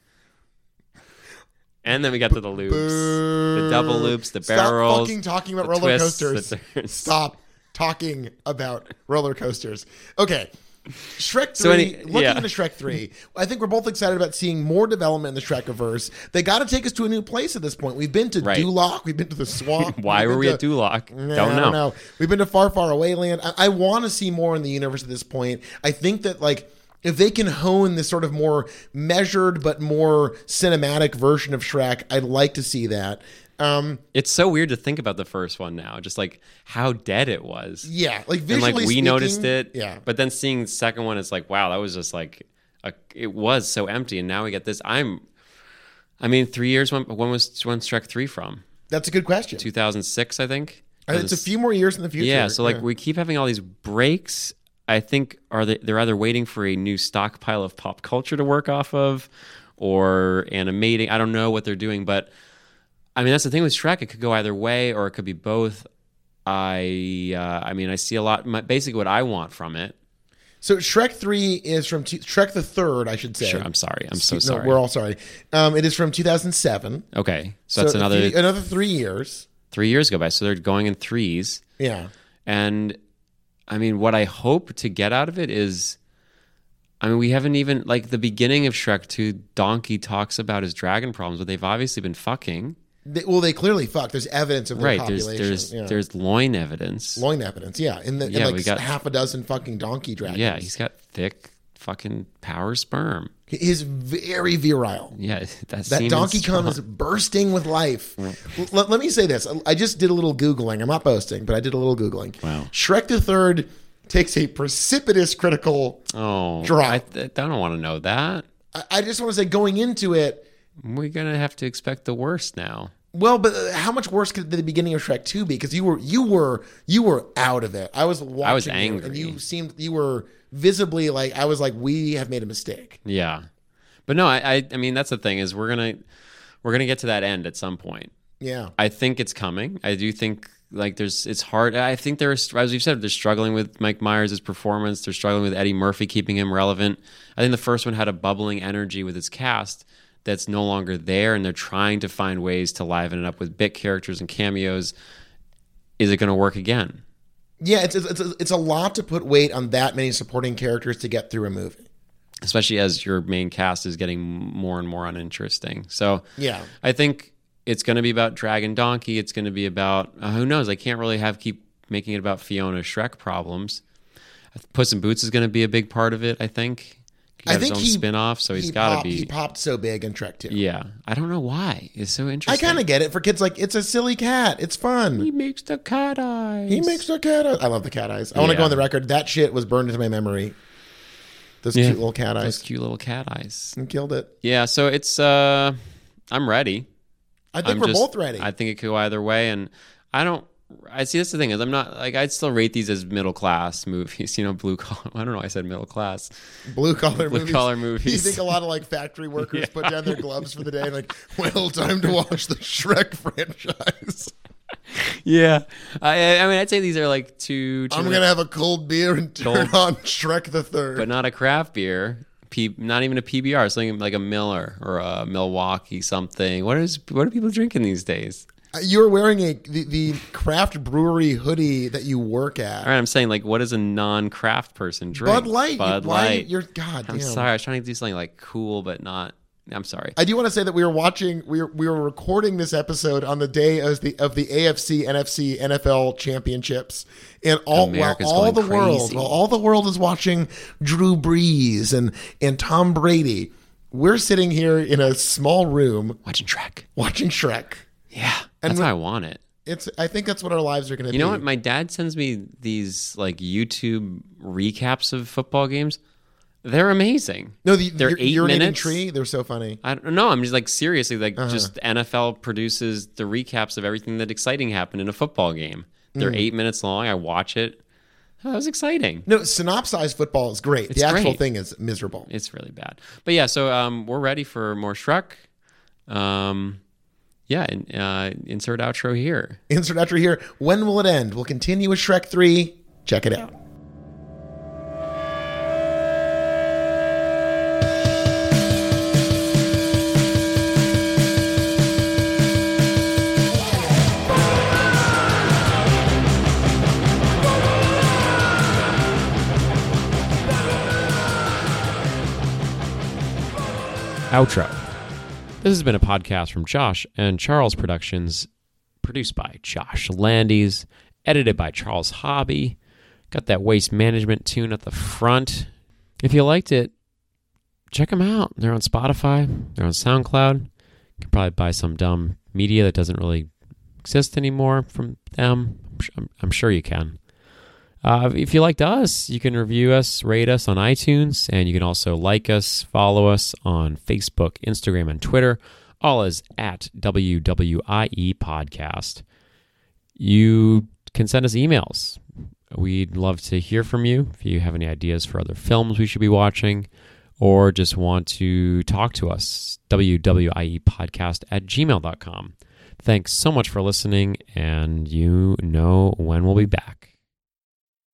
S2: And then we got to the loops, the double loops, the
S1: Stop
S2: barrels.
S1: fucking talking about
S2: the
S1: roller
S2: twists, the
S1: coasters.
S2: turns.
S1: Stop talking about roller coasters. Okay. Shrek 3,
S2: any-
S1: looking
S2: yeah.
S1: into Shrek 3, I think we're both excited about seeing more development in the Shrekiverse. They got to take us to a new place at this point. We've been to
S2: Right.
S1: Duloc, we've been to the swamp.
S2: Why
S1: we've
S2: were
S1: been
S2: we
S1: to-
S2: at Duloc?
S1: Nah,
S2: don't,
S1: I
S2: know.
S1: don't know. We've been to far, far away land. I, I want to see more in the universe at this point. I think that like if they can hone this sort of more measured but more cinematic version of Shrek, I'd like to see that. Um,
S2: It's so weird to think about the first one now, just like how dead it was.
S1: yeah, like
S2: and
S1: visually,
S2: like we
S1: speaking-
S2: noticed it.
S1: Yeah,
S2: But then seeing the second one, it's like, wow, that was just like, a, it was so empty. And now we get this. I'm, I mean, three years, when, when was when Shrek 3 from?
S1: that's a good question.
S2: 2006, I think.
S1: Uh, It's a uh. few more years in the future.
S2: Yeah, so like we keep having all these breaks. I think are they, they're either waiting for a new stockpile of pop culture to work off of, or animating. I don't know what they're doing, but I mean that's the thing with Shrek. It could go either way, or it could be both. I uh, I mean I see a lot. My, basically, what I want from it
S1: So Shrek Three is from two, Shrek the Third, I should say.
S2: Sure, I'm sorry. I'm so
S1: No,
S2: sorry.
S1: we're all sorry. Um, it is from 2007.
S2: okay, so that's
S1: So uh a
S2: another
S1: few- another three years.
S2: three years go by. So they're going in threes.
S1: Yeah.
S2: And I mean, what I hope to get out of it is I mean, we haven't even, like, the beginning of Shrek 2, Donkey talks about his dragon problems, but they've obviously been fucking.
S1: They, well, they clearly fucked. There's evidence of their
S2: Right. There's,
S1: population.
S2: there's,
S1: yeah.
S2: there's loin evidence.
S1: loin evidence. Yeah, in, the, in
S2: Yeah, we
S1: like
S2: got-
S1: half a dozen fucking donkey dragons.
S2: Yeah. He's got thick fucking power sperm.
S1: He is very virile.
S2: Yeah. That,
S1: That
S2: semen
S1: Donkey
S2: sperm-
S1: Kong is bursting with life. L- let, let me say this. I just did a little Googling. I'm not boasting, but I did a little Googling.
S2: Wow.
S1: Shrek the Third takes a precipitous critical.
S2: Oh,
S1: Drop.
S2: I, I don't want to know that.
S1: I, I just want to say going into it,
S2: We're going to have to expect the worst now.
S1: well, but uh, how much worse could the beginning of Shrek 2 be? Because you were you were you were out of it. I was watching you, and
S2: angry.
S1: you seemed you were visibly like I was like, we have made a mistake.
S2: Yeah. But no, I, I, I mean, that's the thing is we're going to, we're going to get to that end at some point.
S1: Yeah.
S2: I think it's coming. I do think like there's it's hard. I think they're as you said they're struggling with Mike Myers' performance. They're struggling with Eddie Murphy keeping him relevant. I think the first one had a bubbling energy with its cast that's no longer there, and they're trying to find ways to liven it up with bit characters and cameos. Is it going to work again?
S1: Yeah, it's it's, it's it's a lot to put weight on that many supporting characters to get through a movie.
S2: Especially as your main cast is getting more and more uninteresting. So
S1: Yeah.
S2: I think it's going to be about Dragon Donkey. It's going to be about uh, who knows. I can't really have keep making it about Fiona Shrek problems. Puss in Boots is going to be a big part of it. I think. He
S1: I
S2: got
S1: think
S2: his own
S1: he-
S2: spin-off, so he's
S1: he
S2: got to
S1: popped- He
S2: be.
S1: popped so big in Trek 2.
S2: Yeah, I don't know why. It's so
S1: I
S2: interesting.
S1: kind of get it. For kids, like, it's a silly cat. It's fun.
S2: He makes the cat eyes.
S1: He makes the cat eyes. I love the cat eyes. I want to
S2: Yeah.
S1: go on the record. That shit was burned into my memory. Those
S2: Yeah.
S1: cute little cat
S2: those
S1: eyes.
S2: cute little cat eyes.
S1: And killed it.
S2: Yeah, so it's. uh I'm ready.
S1: I think
S2: I'm
S1: we're
S2: just-
S1: both ready.
S2: I think it could go either way, and I don't. I see. That's the thing is, I'm not like I'd still rate these as middle class movies. You know, blue collar. I don't know. why I said middle class.
S1: Blue collar
S2: Blue
S1: movies.
S2: collar
S1: You
S2: movies.
S1: think a lot of like factory workers put down their gloves for the day and like, well, time to watch the Shrek franchise.
S2: yeah. I, I mean, I'd say these are like two. two
S1: I'm gonna have a cold beer and turn on Shrek the Third.
S2: but not a craft beer. P, not even a PBR. Something like a Miller or a Milwaukee something. What is? What are people drinking these days?
S1: Uh, You're wearing a the, the craft brewery hoodie that you work at.
S2: All right, I'm saying like, what is a non-craft person drink?
S1: Bud Light.
S2: Bud
S1: why
S2: Light.
S1: You're God
S2: I'm
S1: damn.
S2: sorry. I was trying to do something like cool, but not. I'm sorry.
S1: I do want to say that we were watching. We were, we were recording this episode on the day of the of the AFC, NFC, NFL championships, and all while
S2: America's
S1: all the
S2: going
S1: world
S2: crazy.
S1: while all the world is watching Drew Brees and and Tom Brady. We're sitting here in a small room
S2: Watching Trek.
S1: watching Shrek.
S2: Yeah, that's how I want it.
S1: It's. I think that's what our lives are going to be.
S2: You know what? My dad sends me these like YouTube recaps of football games. They're amazing.
S1: No, the,
S2: They're
S1: the
S2: eight
S1: urinating
S2: minutes.
S1: tree. They're so funny.
S2: I don't know. I'm just like seriously, like just NFL produces the recaps of everything that exciting happened in a football game. They're eight minutes long. I watch it. Oh, that was exciting.
S1: No, synopsized football is great. the actual
S2: great.
S1: thing is miserable.
S2: It's really bad, but yeah. So um, we're ready for more Shrek. Um, yeah, and uh, insert outro here.
S1: Insert outro here. When will it end? We'll continue with Shrek 3. Check it out.
S2: Outro. This has been a podcast from Josh and Charles Productions, produced by Josh Landis, edited by Charles Hobby. Got that waste management tune at the front. If you liked it, check them out. They're on Spotify, they're on SoundCloud. You can probably buy some dumb media that doesn't really exist anymore from them. I'm su- I'm, I'm sure you can. Uh, if you liked us, you can review us, rate us on iTunes, and you can also like us, follow us on Facebook, Instagram, and Twitter. All is at WWIE E Podcast. You can send us emails. We'd love to hear from you if you have any ideas for other films we should be watching or just want to talk to us. WWIE E Podcast at gmail.com. Thanks so much for listening, and you know when we'll be back.